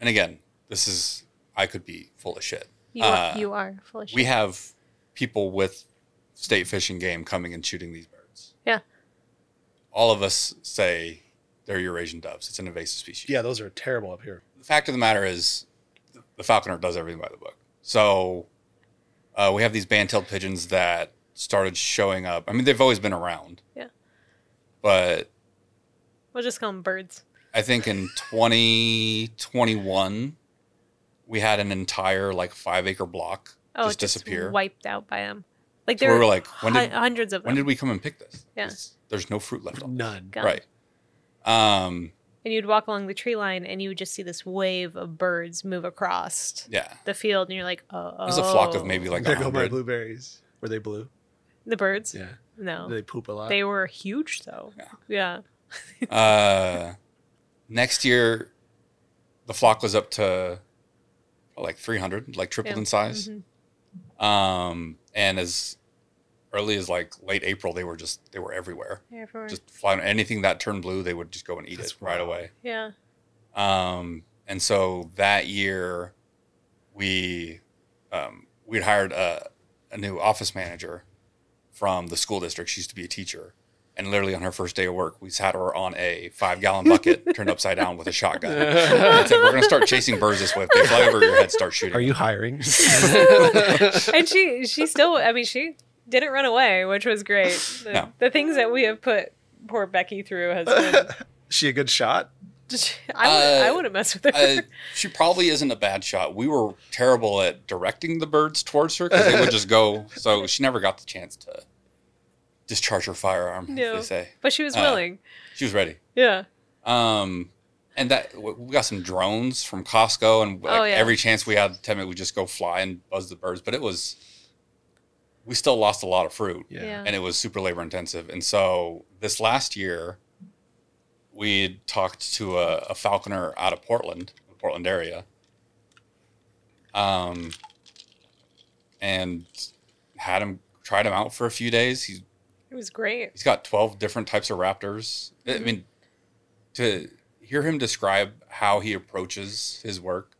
Speaker 3: and again, this is I could be full of shit.
Speaker 4: You,
Speaker 3: Uh,
Speaker 4: are, you are full of shit.
Speaker 3: We have people with state fishing game coming and shooting these birds.
Speaker 4: Yeah.
Speaker 3: All of us say they're Eurasian doves. It's an invasive species.
Speaker 1: Yeah, those are terrible up here.
Speaker 3: The fact of the matter is, the falconer does everything by the book. So uh, we have these band-tailed pigeons that started showing up. I mean, they've always been around.
Speaker 4: Yeah.
Speaker 3: But
Speaker 4: we'll just call them birds.
Speaker 3: I think in 2021, we had an entire like five acre block
Speaker 4: Oh,
Speaker 3: just,
Speaker 4: just
Speaker 3: disappear.
Speaker 4: wiped out by them. Like
Speaker 3: So
Speaker 4: there
Speaker 3: we
Speaker 4: were
Speaker 3: were like, when
Speaker 4: hu-
Speaker 3: did,
Speaker 4: hundreds of them.
Speaker 3: when did we come and pick this?
Speaker 4: Yeah.
Speaker 3: It's- There's no fruit left on
Speaker 1: None.
Speaker 4: Gone.
Speaker 3: Right. Um,
Speaker 4: And you'd walk along the tree line and you would just see this wave of birds move across
Speaker 3: yeah.
Speaker 4: the field, and you're like, oh.
Speaker 3: There's a flock of maybe like
Speaker 1: there go my
Speaker 3: 100.
Speaker 1: blueberries. Were they blue?
Speaker 4: The birds?
Speaker 1: Yeah.
Speaker 4: No.
Speaker 1: Do they poop a lot?
Speaker 4: They were huge, though.
Speaker 3: Yeah.
Speaker 4: Yeah.
Speaker 3: Uh, next year, the flock was up to oh, like 300, like tripled
Speaker 4: Yeah.
Speaker 3: in size.
Speaker 4: Mhm.
Speaker 3: Um, and as early as like late April, they were just they were everywhere.
Speaker 4: Everywhere.
Speaker 3: Just flying anything that turned blue, they would just go and eat
Speaker 1: That's
Speaker 3: it right
Speaker 1: wild.
Speaker 3: away. [LAUGHS]
Speaker 4: yeah.
Speaker 3: Um, and so that year, we um, we'd hired a, a new office manager from the school district. She used to be a teacher, and literally on her first day of work, we had her on a five gallon bucket turned upside down with a shotgun. and said, "We're going to start chasing birds this way. If they fly over your head, start shooting."
Speaker 1: Are you
Speaker 4: [LAUGHS]
Speaker 1: hiring? [LAUGHS]
Speaker 4: and she, she still, I mean, she didn't run away, which was great. The,
Speaker 3: No.
Speaker 4: the things that we have put poor Becky
Speaker 3: [LAUGHS]
Speaker 4: through has been.
Speaker 1: she a good shot?
Speaker 4: I wouldn't, I
Speaker 3: Uh,
Speaker 4: wouldn't mess with her.
Speaker 3: uh, she probably isn't a bad shot. We were terrible at directing the birds towards her because they would just go. So she never got the chance to discharge her firearm,
Speaker 4: No.
Speaker 3: as they say.
Speaker 4: [LAUGHS] but she was
Speaker 3: uh,
Speaker 4: willing.
Speaker 3: She was ready.
Speaker 4: Yeah.
Speaker 3: Um, and that w- we got some drones from Costco, and like,
Speaker 4: Oh, yeah.
Speaker 3: every chance we had, Tim, we just go fly and buzz the birds. But it was, we still lost a lot of fruit,
Speaker 4: Yeah.
Speaker 3: and it was super labor intensive. And so this last year, we had talked to a, a falconer out of Portland, the Portland area, um, and had him tried him out for a few days. He's
Speaker 4: It was great.
Speaker 3: he's got 12 different types of raptors i mean to hear him describe how he approaches his work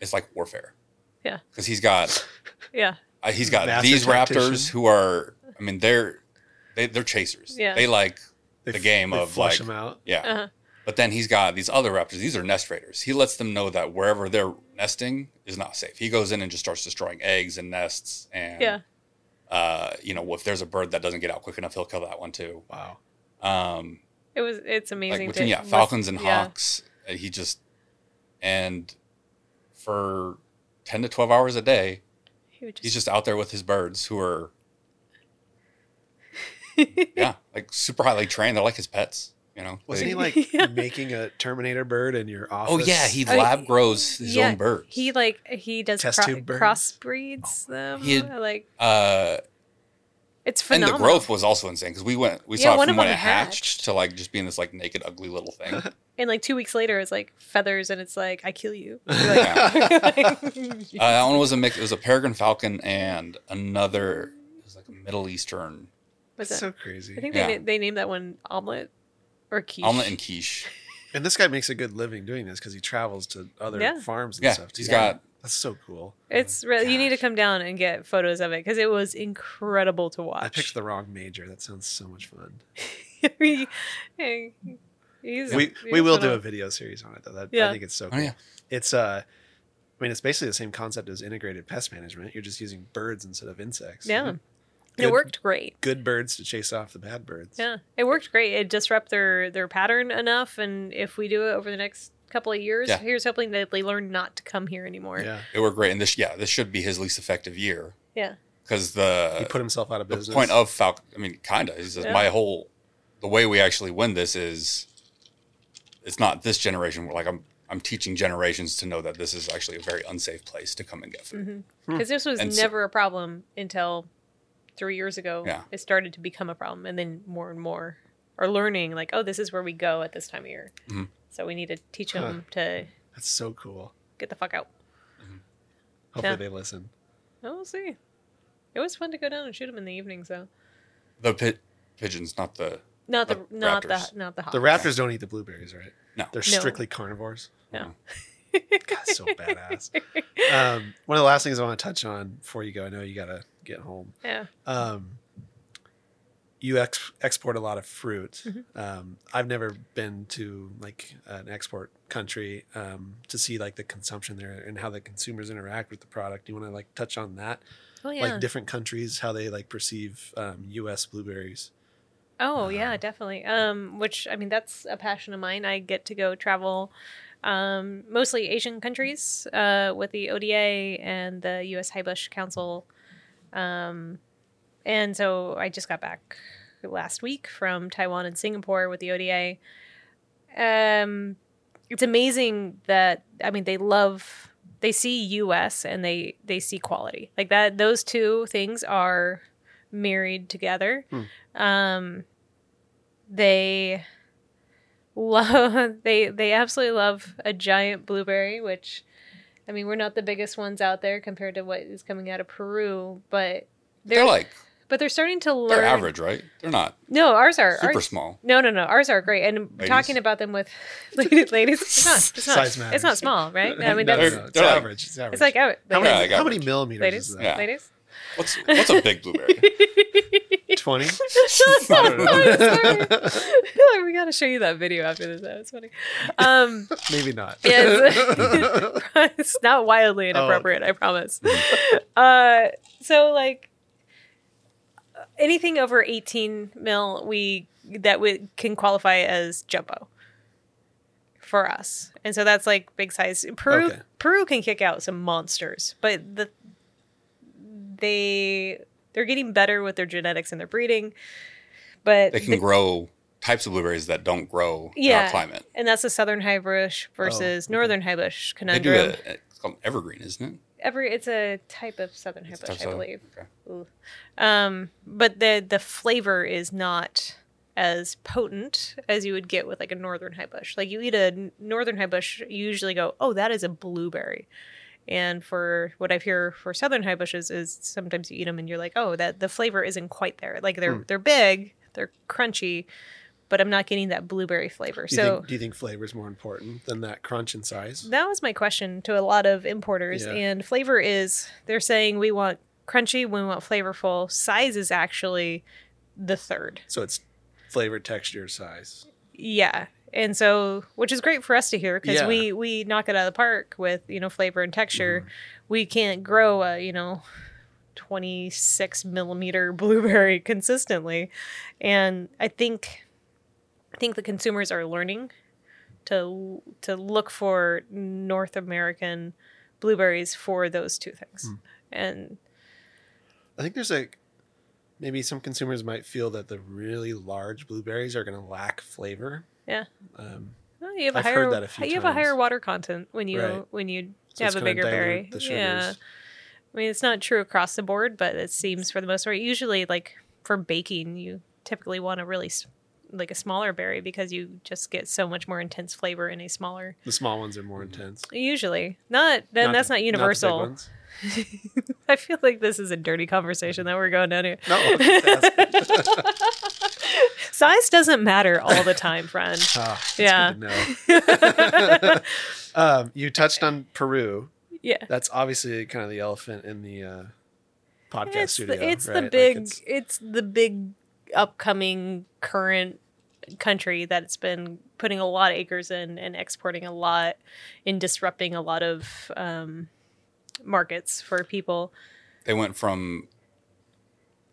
Speaker 3: it's like warfare
Speaker 4: Yeah.
Speaker 3: because he's got
Speaker 4: Yeah.
Speaker 3: uh, he's got
Speaker 1: Master
Speaker 3: these raptors
Speaker 1: tactician.
Speaker 3: who are i mean they're they, they're chasers
Speaker 4: Yeah.
Speaker 3: they like
Speaker 1: They
Speaker 3: The
Speaker 1: f-
Speaker 3: game
Speaker 1: they
Speaker 3: of,
Speaker 1: flush
Speaker 3: like-
Speaker 1: them out.
Speaker 3: yeah
Speaker 4: Uh-huh.
Speaker 3: but then he's got these other raptors these are nest raiders he lets them know that wherever they're nesting is not safe he goes in and just starts destroying eggs and nests and
Speaker 4: Yeah.
Speaker 3: uh, you know if there's a bird that doesn't get out quick enough he'll kill that one too
Speaker 1: Wow.
Speaker 3: um,
Speaker 4: It was, it's amazing.
Speaker 3: like between
Speaker 4: to
Speaker 3: yeah
Speaker 4: lis-
Speaker 3: falcons and
Speaker 4: yeah.
Speaker 3: hawks uh, he just and for 10 to 12 hours a day
Speaker 4: He would
Speaker 3: he's just out there with his birds who
Speaker 4: [LAUGHS]
Speaker 3: are yeah like super highly trained they're like his pets you know
Speaker 1: Wasn't he
Speaker 3: They- [LAUGHS]
Speaker 1: like
Speaker 4: Yeah.
Speaker 1: making a Terminator bird in your office?
Speaker 3: oh yeah
Speaker 1: [LAUGHS]
Speaker 3: he [LAUGHS]
Speaker 4: Oh,
Speaker 3: lab
Speaker 4: he-
Speaker 3: grows his
Speaker 4: yeah,
Speaker 3: own birds
Speaker 4: He like he does
Speaker 1: Test
Speaker 4: cro-
Speaker 1: tube birds.
Speaker 4: crossbreeds them.
Speaker 3: Oh. He had-
Speaker 4: like
Speaker 3: uh
Speaker 4: it's
Speaker 3: and
Speaker 4: phenomenal.
Speaker 3: the growth was also insane because we went we
Speaker 4: Yeah,
Speaker 3: saw it
Speaker 4: one
Speaker 3: from
Speaker 4: of
Speaker 3: when it
Speaker 4: them
Speaker 3: hatched,
Speaker 4: hatched.
Speaker 3: to like just being this like naked ugly little
Speaker 4: [LAUGHS]
Speaker 3: thing Uh,
Speaker 4: And like two weeks later, it's like feathers, and it's like I
Speaker 3: [LAUGHS]
Speaker 4: kill you. You're like, [LAUGHS]
Speaker 1: Yeah.
Speaker 3: Uh, that one was a mix. It was a peregrine falcon and another. It was like a Middle Eastern
Speaker 4: what's
Speaker 1: That's
Speaker 4: that?
Speaker 1: so crazy.
Speaker 4: I think
Speaker 3: Yeah.
Speaker 4: they, na- they named that one omelet or quiche.
Speaker 3: omelet and quiche.
Speaker 1: and this guy makes a good living doing this because he travels to other
Speaker 4: Yeah.
Speaker 1: farms and
Speaker 3: Yeah,
Speaker 1: stuff.
Speaker 3: he's
Speaker 1: too.
Speaker 3: got
Speaker 1: That's so cool.
Speaker 4: It's re- you need to
Speaker 3: Gosh.
Speaker 4: come down and get photos of it because it was incredible to watch.
Speaker 1: I picked the wrong major. That sounds so much fun.
Speaker 4: [LAUGHS] He- he- he's-
Speaker 1: We
Speaker 4: he
Speaker 1: we
Speaker 4: was
Speaker 1: will
Speaker 4: one
Speaker 1: do a
Speaker 4: of-
Speaker 1: video series on it though. That, I
Speaker 4: Yeah.
Speaker 1: think it's so
Speaker 3: Oh
Speaker 1: cool.
Speaker 3: yeah,
Speaker 1: It's uh I mean it's basically the same concept as integrated pest management. You're just using birds instead of insects. Mhm.
Speaker 4: Yeah, And
Speaker 1: Good-
Speaker 4: it worked great.
Speaker 1: Good birds to chase off the bad birds.
Speaker 4: Yeah, it worked great. It disrupted their their pattern enough, and if we do it over the next couple of years,
Speaker 3: Yeah.
Speaker 4: here's hoping that they learn not to come here anymore.
Speaker 1: Yeah.
Speaker 3: they were great. And this, yeah, this should be his least effective year
Speaker 4: Yeah.
Speaker 3: because
Speaker 1: He
Speaker 3: the,
Speaker 1: put himself out of
Speaker 3: Uh, the
Speaker 1: business.
Speaker 3: point of Falcon. I mean, kinda. He says
Speaker 4: Yeah.
Speaker 3: my whole the way we actually win this is it's not this generation. We're like I'm I'm teaching generations to know that this is actually a very unsafe place to come and get food.
Speaker 4: Mm-hmm. Because this was
Speaker 3: Hmm. And so-
Speaker 4: never a problem until three years ago.
Speaker 3: Yeah.
Speaker 4: It started to become a problem, and then more and more are learning like, oh, this is where we go at this time of year.
Speaker 3: Mhm.
Speaker 4: So we need to teach
Speaker 1: Huh.
Speaker 4: them to
Speaker 1: That's so cool.
Speaker 4: get the fuck out.
Speaker 1: Hopefully
Speaker 4: Yeah.
Speaker 1: they listen.
Speaker 4: Oh, we'll see. It was fun to go down and shoot them in the evening, so Mm.
Speaker 3: The pi- pigeons, not the.
Speaker 4: not the,
Speaker 3: The
Speaker 4: not the
Speaker 3: raptors.
Speaker 4: not the hawk.
Speaker 1: The raptors don't eat the blueberries, right?
Speaker 3: No.
Speaker 1: They're
Speaker 4: No.
Speaker 1: strictly carnivores.
Speaker 4: No.
Speaker 1: [LAUGHS] God,
Speaker 4: [LAUGHS]
Speaker 1: so badass. Um, one of the last things I want to touch on before you go, I know you got to get home.
Speaker 4: yeah.
Speaker 1: Um, you ex- export a lot of fruit.
Speaker 4: Mm-hmm.
Speaker 1: Um, I've never been to like an export country um, to see like the consumption there and how the consumers interact with the product. Do you want to like touch on that?
Speaker 4: Oh yeah.
Speaker 1: Like different countries, how they like perceive um, U.S. blueberries.
Speaker 4: Oh yeah, definitely. Um, which I mean, that's a passion of mine. I get to go travel, um, mostly Asian countries, uh, with the ODA and the U.S. High Bush Council, um, and so I just got back last week from Taiwan and Singapore with the ODA. Um, it's amazing that I mean they love they see U.S. and they they see quality like that. Those two things are married together.
Speaker 3: Hmm.
Speaker 4: Um, they love [LAUGHS] they they absolutely love a giant blueberry, which I mean we're not the biggest ones out there compared to what is coming out of Peru, but
Speaker 3: They're, like
Speaker 4: but they're starting to learn.
Speaker 3: they're average, right? They're not
Speaker 4: No, ours are
Speaker 3: super
Speaker 4: ours,
Speaker 3: small.
Speaker 4: no, no, no. Ours are great, and
Speaker 3: Ladies.
Speaker 4: talking about them with [LAUGHS] ladies, ladies it's not, it's not,
Speaker 1: Size matters.
Speaker 4: it's not
Speaker 1: [LAUGHS]
Speaker 4: small, right? I mean,
Speaker 1: No, no,
Speaker 4: that's,
Speaker 1: no,
Speaker 3: They're-
Speaker 1: it's,
Speaker 3: they're like-
Speaker 1: average. it's average.
Speaker 4: it's like oh,
Speaker 1: how
Speaker 3: Yeah,
Speaker 1: many,
Speaker 3: like
Speaker 1: how many
Speaker 3: average.
Speaker 1: millimeters
Speaker 4: ladies,
Speaker 1: is that?
Speaker 3: Yeah.
Speaker 4: ladies.
Speaker 3: What's what's a big
Speaker 4: [LAUGHS]
Speaker 3: blueberry?
Speaker 1: 20? [LAUGHS]
Speaker 4: [LAUGHS] Sorry, we gotta show you that video after this. That was funny. Um,
Speaker 1: Maybe not. [LAUGHS]
Speaker 4: [LAUGHS] Yes. [LAUGHS] it's not wildly
Speaker 3: Oh,
Speaker 4: inappropriate, I promise.
Speaker 3: Mm-hmm.
Speaker 4: [LAUGHS] uh, so like anything over 18 mil, we that we can qualify as jumbo for us, and so that's like big size. Peru
Speaker 1: Okay.
Speaker 4: Peru can kick out some monsters, but the they they're getting better with their genetics and their breeding. But
Speaker 3: They can
Speaker 4: [LAUGHS] the-
Speaker 3: grow types of blueberries that don't grow in
Speaker 4: Yeah.
Speaker 3: our climate.
Speaker 4: and that's the southern high bush versus
Speaker 1: okay.
Speaker 4: northern high bush
Speaker 3: Oh, They
Speaker 4: conundrum.
Speaker 3: do a, it's called evergreen, isn't it?
Speaker 4: every it's a type of southern
Speaker 3: It's
Speaker 4: hippo,
Speaker 3: types
Speaker 4: I
Speaker 3: of-
Speaker 4: believe.
Speaker 3: okay.
Speaker 4: Ooh. Um, but the the flavor is not as potent as you would get with like a northern high bush. Like you eat a n- northern high bush, you usually go, "Oh, that is a blueberry." And for what I hear for southern high bushes is sometimes you eat them and you're like, "Oh, that the flavor isn't quite there." Like they're they're big, they're crunchy, but I'm not getting that blueberry flavor.
Speaker 1: Do you,
Speaker 4: so
Speaker 1: think, do you think flavor is more important than that crunch and size?
Speaker 4: that was my question to a lot of importers.
Speaker 1: Yeah.
Speaker 4: And flavor is they're saying we want crunchy, we want flavorful. Size is actually the third.
Speaker 1: So it's flavor, texture, size.
Speaker 4: Yeah. And so, which is great for us to hear because
Speaker 1: Yeah.
Speaker 4: we we knock it out of the park with you know flavor and texture.
Speaker 1: Mm-hmm.
Speaker 4: We can't grow a you know twenty six millimeter [LAUGHS] blueberry consistently, and I think I think the consumers are learning to to look for North American blueberries for those two things.
Speaker 1: Hmm.
Speaker 4: And
Speaker 1: I think there's like maybe some consumers might feel that the really large blueberries are going to lack flavor.
Speaker 4: yeah,
Speaker 1: Um,
Speaker 4: well, you have a
Speaker 1: I've heard
Speaker 4: higher
Speaker 1: that a few
Speaker 4: you have a higher
Speaker 1: times.
Speaker 4: water content when you
Speaker 1: Right.
Speaker 4: when you
Speaker 1: so
Speaker 4: have
Speaker 1: it's
Speaker 4: a
Speaker 1: gonna
Speaker 4: bigger
Speaker 1: dilute
Speaker 4: berry.
Speaker 1: The sugars.
Speaker 4: yeah. I mean, it's not true across the board, but it seems for the most part. Usually, like for baking, you typically want a really s- like a smaller berry because you just get so much more intense flavor in a smaller.
Speaker 1: The small ones are more intense.
Speaker 4: Usually, not then
Speaker 1: Not
Speaker 4: that's
Speaker 1: the-
Speaker 4: not
Speaker 1: the big
Speaker 4: universal.
Speaker 1: ones.
Speaker 4: [LAUGHS] I feel like this is a dirty conversation that we're going down here.
Speaker 1: No.
Speaker 4: [LAUGHS]
Speaker 1: I'm just asking.
Speaker 4: Size doesn't matter all the time, friend. [LAUGHS]
Speaker 1: Ah, that's
Speaker 4: Yeah.
Speaker 1: good to know. [LAUGHS] um, you touched on Peru.
Speaker 4: Yeah.
Speaker 1: That's obviously kind of the elephant in the uh, podcast
Speaker 4: it's
Speaker 1: studio.
Speaker 4: The, it's
Speaker 1: right?
Speaker 4: the
Speaker 1: Like,
Speaker 4: big.
Speaker 1: it's-
Speaker 4: it's... the big upcoming current country that's been putting a lot of acres in and exporting a lot and disrupting a lot of um, markets for people.
Speaker 3: They went from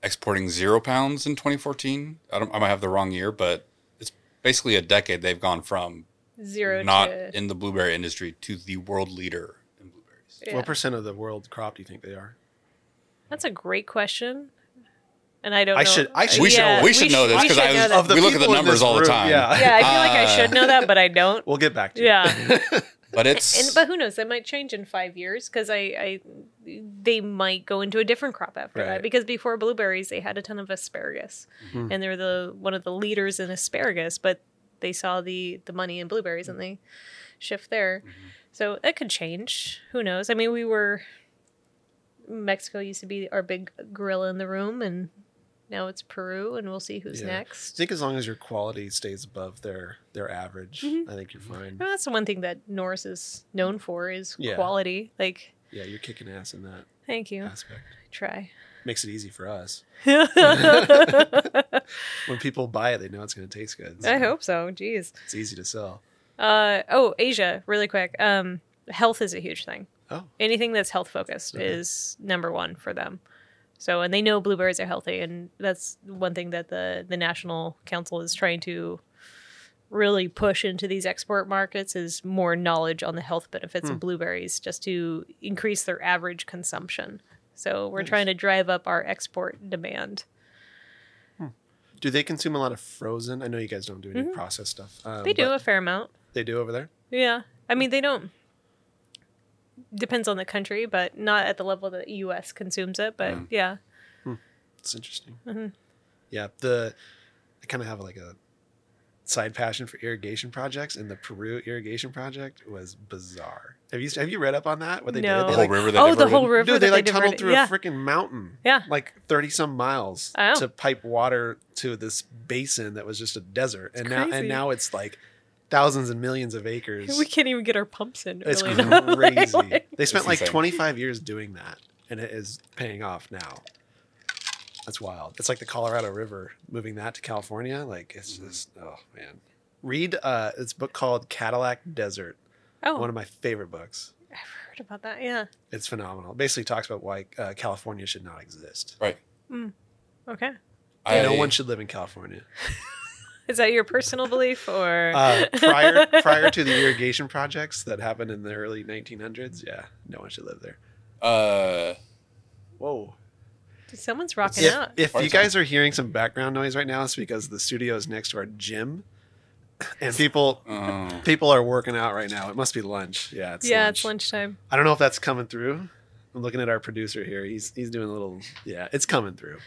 Speaker 3: exporting zero pounds in 2014. I don't. I might have the wrong year, but it's basically a decade. They've gone from
Speaker 4: Zero
Speaker 3: not
Speaker 4: to
Speaker 3: in the blueberry industry to the world leader in blueberries.
Speaker 4: yeah.
Speaker 1: What percent of the world crop do you think they are?
Speaker 4: that's a great question. And I don't.
Speaker 1: I
Speaker 4: know.
Speaker 1: should- I should
Speaker 3: We should
Speaker 4: yeah,
Speaker 3: we should know this
Speaker 4: we
Speaker 3: because
Speaker 4: should know that.
Speaker 3: I
Speaker 1: Of
Speaker 3: was,
Speaker 1: the
Speaker 3: we look at the
Speaker 1: people in
Speaker 3: numbers
Speaker 1: this
Speaker 3: all the
Speaker 1: room,
Speaker 3: time.
Speaker 1: yeah.
Speaker 4: yeah, I feel like I
Speaker 3: Uh,
Speaker 4: should know that, but I don't.
Speaker 1: We'll get back to [LAUGHS] you.
Speaker 4: Yeah.
Speaker 3: But it's
Speaker 4: And but who knows? That might change in five years because I, I, they might go into a different crop after
Speaker 1: Right. Mm-hmm.
Speaker 4: that. Because before blueberries, they had a ton of asparagus, and they were the one of the leaders in asparagus. But they saw the the money in
Speaker 1: Mm-hmm.
Speaker 4: blueberries, and they shift there. So that could change. Who knows? I mean, we were Mexico used to be our big gorilla in the room, and now it's Peru, and we'll see who's
Speaker 1: Yeah. I
Speaker 4: next.
Speaker 1: think as long as your quality stays above their their average,
Speaker 4: Mhm.
Speaker 1: I think you're fine.
Speaker 4: I mean, that's the one thing that Norris is known for is
Speaker 1: Yeah.
Speaker 4: quality. Like,
Speaker 1: Yeah, you're kicking ass in that
Speaker 4: thank you.
Speaker 1: aspect.
Speaker 4: Try.
Speaker 1: Makes it easy for us. [LAUGHS]
Speaker 4: I
Speaker 1: When people buy it, they know it's going to taste good.
Speaker 4: hope so. Jeez.
Speaker 1: it's easy to sell.
Speaker 4: Uh, oh, Asia, really quick. Um, health is a huge thing.
Speaker 1: Oh,
Speaker 4: anything that's health focused
Speaker 1: Okay.
Speaker 4: is number one for them. So, and they know blueberries are healthy, and that's one thing that the the national council is trying to really push into these export markets is more knowledge on the health benefits
Speaker 1: Hmm.
Speaker 4: of blueberries, just to increase their average consumption. So, we're
Speaker 1: Nice.
Speaker 4: trying to drive up our export demand.
Speaker 1: do they consume a lot of frozen? I know you guys don't do any
Speaker 4: Mhm.
Speaker 1: processed stuff. Um,
Speaker 4: They do
Speaker 1: but
Speaker 4: a fair amount.
Speaker 1: They do over there.
Speaker 4: Yeah. I mean, they don't. Depends on the country, but not at the level that the U.S. consumes it. But
Speaker 3: Mm.
Speaker 4: yeah,
Speaker 1: It's interesting.
Speaker 4: Mhm.
Speaker 1: Yeah, the I kind of have like a side passion for irrigation projects, and the Peru irrigation project was bizarre. Have you have you read up on that? What they did?
Speaker 4: No.
Speaker 3: The
Speaker 1: They
Speaker 3: whole
Speaker 1: like,
Speaker 3: river that
Speaker 4: oh, the
Speaker 3: diverted.
Speaker 4: whole river
Speaker 1: dude,
Speaker 4: that
Speaker 1: they like
Speaker 4: diverted.
Speaker 1: tunneled through
Speaker 4: yeah.
Speaker 1: a freaking mountain.
Speaker 4: Yeah.
Speaker 1: like thirty some miles
Speaker 4: Oh.
Speaker 1: to pipe water to this basin that was just a desert, and now
Speaker 4: crazy.
Speaker 1: and now it's like thousands and millions of acres.
Speaker 4: [LAUGHS] We can't even get our pumps in.
Speaker 1: It's
Speaker 4: [LAUGHS] early enough. Like,
Speaker 1: crazy.
Speaker 4: like-
Speaker 1: they spent
Speaker 3: It's
Speaker 1: like
Speaker 3: insane.
Speaker 1: 25 years doing that, and it is paying off now. That's wild. It's like the Colorado River moving that to California. Like it's just oh man. Read uh, it's a book called Cadillac Desert.
Speaker 4: oh,
Speaker 1: One of my favorite books.
Speaker 4: I've heard about that. Yeah.
Speaker 1: It's phenomenal. It basically talks about why uh, California should not exist.
Speaker 3: Right.
Speaker 4: Okay.
Speaker 3: I,
Speaker 1: no one should live in
Speaker 4: [LAUGHS]
Speaker 1: California.
Speaker 4: Is that your personal belief or?
Speaker 1: Uh, prior prior to the irrigation projects that happened in the early 1900s, yeah, no one should live there.
Speaker 3: Uh,
Speaker 1: Whoa.
Speaker 4: Someone's rocking
Speaker 1: if,
Speaker 4: out.
Speaker 1: if
Speaker 3: Party
Speaker 1: you guys are hearing some background noise right now, it's because the studio is next to our gym, and people
Speaker 3: oh.
Speaker 1: people are working out right now. It must be lunch. Yeah, it's
Speaker 4: yeah,
Speaker 1: lunch.
Speaker 4: it's lunchtime.
Speaker 1: I don't know if that's coming through. I'm looking at our producer here. He's he's doing a little. Yeah, it's coming through.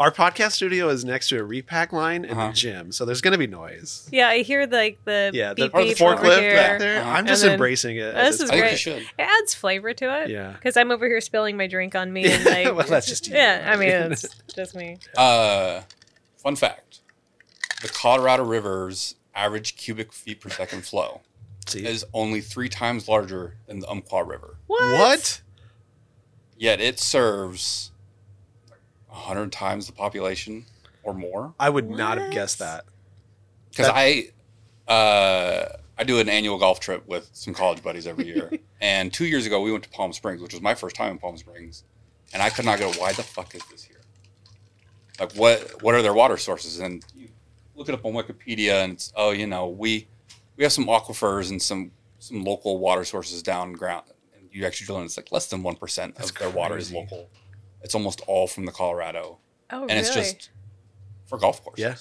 Speaker 1: Our podcast studio is next to a repack line and
Speaker 3: Uh-huh.
Speaker 1: the gym, so there's going to be noise.
Speaker 4: Yeah, I hear like the
Speaker 1: Yeah, the,
Speaker 4: beep
Speaker 1: or the
Speaker 4: beep
Speaker 1: forklift
Speaker 4: over here.
Speaker 1: back there.
Speaker 3: Uh-huh.
Speaker 1: I'm
Speaker 3: And
Speaker 1: just
Speaker 4: then-
Speaker 1: embracing it.
Speaker 4: Oh,
Speaker 1: as it's-
Speaker 4: this is
Speaker 3: I think
Speaker 4: great.
Speaker 3: you should.
Speaker 4: It adds flavor to it.
Speaker 1: Yeah.
Speaker 4: Because I'm over here spilling my drink on
Speaker 1: [LAUGHS]
Speaker 4: me and like.
Speaker 1: Well, that's just you.
Speaker 4: Yeah, I
Speaker 1: [LAUGHS]
Speaker 4: mean it's just me.
Speaker 3: Uh, fun fact: the Colorado River's average cubic feet per second flow
Speaker 1: See?
Speaker 3: is only three times larger than the Umpqua River.
Speaker 4: What?
Speaker 1: What?
Speaker 3: Yet it serves hundred times the population or more.
Speaker 1: I would not have
Speaker 4: What?
Speaker 1: guessed that.
Speaker 3: Because
Speaker 1: That-
Speaker 3: I, uh, I do an annual golf trip with some college buddies
Speaker 1: [LAUGHS]
Speaker 3: every year, and two years ago we went to Palm Springs, which was my first time in Palm Springs, and I could not go. Why the fuck is this here? Like, what what are their water sources? And you look it up on Wikipedia, and it's oh, you know, we we have some aquifers and some some local water sources down ground. And you actually drill, and it's like less than one percent
Speaker 1: That's
Speaker 3: of their water is
Speaker 1: crazy.
Speaker 3: local. It's almost all from the Colorado,
Speaker 4: Oh
Speaker 3: and
Speaker 4: really?
Speaker 3: it's just for golf courses.
Speaker 1: Yeah.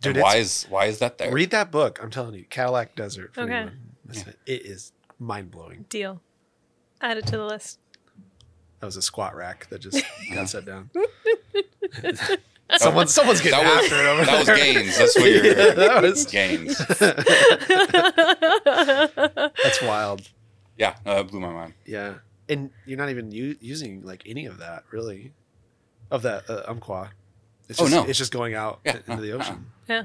Speaker 3: Dude,
Speaker 1: Dude,
Speaker 3: why
Speaker 1: it's-
Speaker 3: is why is that there?
Speaker 1: Read that book. I'm telling you, Cadillac Desert. For
Speaker 4: Okay.
Speaker 1: anyone. That's it. It is mind blowing.
Speaker 4: Deal. Add it to the list.
Speaker 1: That was a squat rack that
Speaker 3: [LAUGHS]
Speaker 1: just got set down.
Speaker 4: [LAUGHS]
Speaker 1: Someone, someone's getting
Speaker 3: That was-
Speaker 1: after it over
Speaker 3: That
Speaker 1: [LAUGHS]
Speaker 3: was
Speaker 1: there.
Speaker 3: gains. That's what you're
Speaker 1: Yeah, that was-
Speaker 3: gains.
Speaker 1: [LAUGHS] That's wild.
Speaker 3: Yeah, no, that blew my mind.
Speaker 1: Yeah, and you're not even u- using like any of that really, of that uh, umqua. It's
Speaker 3: Oh,
Speaker 1: just,
Speaker 3: no.
Speaker 1: it's just going out
Speaker 3: Yeah,
Speaker 1: into the
Speaker 3: uh,
Speaker 1: ocean.
Speaker 4: Yeah.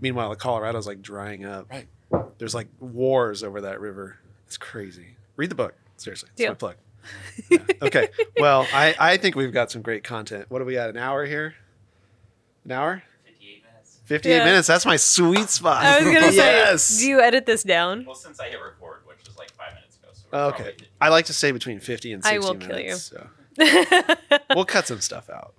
Speaker 1: Meanwhile, the Colorado's like drying up.
Speaker 3: Right.
Speaker 1: There's like wars over that river. It's crazy. Read the book. Seriously. It's
Speaker 4: Deal.
Speaker 1: my plug. Yeah. Okay. well, I, I think we've got some great content. What are we at? An hour here? An hour?
Speaker 6: 58 minutes.
Speaker 1: 58
Speaker 4: Yeah.
Speaker 1: minutes. That's my sweet spot.
Speaker 4: I was
Speaker 1: [LAUGHS]
Speaker 4: gonna
Speaker 1: yes.
Speaker 4: say, do you edit this down? [LAUGHS]
Speaker 6: Well, since I hit record, which was like five minutes ago. So we're
Speaker 1: okay.
Speaker 6: probably-
Speaker 1: I like to say between 50 and 60
Speaker 4: I will kill
Speaker 1: minutes. So.
Speaker 4: no.
Speaker 1: We'll cut some stuff
Speaker 4: [LAUGHS]
Speaker 1: out.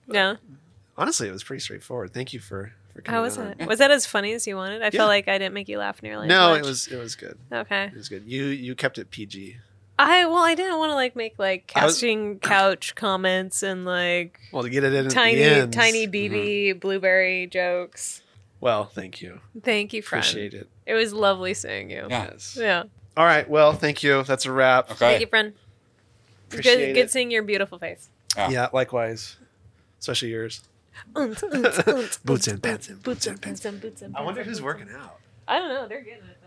Speaker 1: Honestly, it was pretty straightforward. Thank you for, for coming
Speaker 4: How was
Speaker 1: on.
Speaker 4: it? Was that as funny as you wanted? I
Speaker 1: Yeah.
Speaker 4: felt like I didn't make you laugh nearly. as
Speaker 1: No, it
Speaker 4: much.
Speaker 1: was it was good.
Speaker 4: okay.
Speaker 1: It was good. You you kept it PG.
Speaker 4: I well, I didn't want to like make like
Speaker 1: I was-
Speaker 4: casting couch comments and like
Speaker 1: Well, to get it in at the
Speaker 4: tiny,
Speaker 1: end. Mm-hmm.
Speaker 4: tiny BB blueberry jokes.
Speaker 1: Well, thank you.
Speaker 4: Thank you, friend.
Speaker 1: Appreciate it.
Speaker 4: It was lovely seeing you.
Speaker 3: Yeah.
Speaker 1: Yes.
Speaker 4: Yeah.
Speaker 1: All right. Well, thank you. That's a wrap.
Speaker 4: Thank
Speaker 3: Okay.
Speaker 4: you, friend. It's
Speaker 1: Appreciate
Speaker 4: good,
Speaker 1: it.
Speaker 4: good seeing your
Speaker 1: [LAUGHS]
Speaker 4: beautiful face. [LAUGHS]
Speaker 3: Yeah.
Speaker 1: Yeah. Likewise. Especially yours.
Speaker 4: Unts, unts, unts,
Speaker 1: Boots and
Speaker 4: unts,
Speaker 1: pants and [LAUGHS]
Speaker 4: boots
Speaker 1: boots
Speaker 4: and
Speaker 1: and pants.
Speaker 4: pants and boots and
Speaker 1: I wonder
Speaker 4: pants
Speaker 1: who's
Speaker 4: and boots
Speaker 1: working out.
Speaker 4: and- I don't know. They're getting it.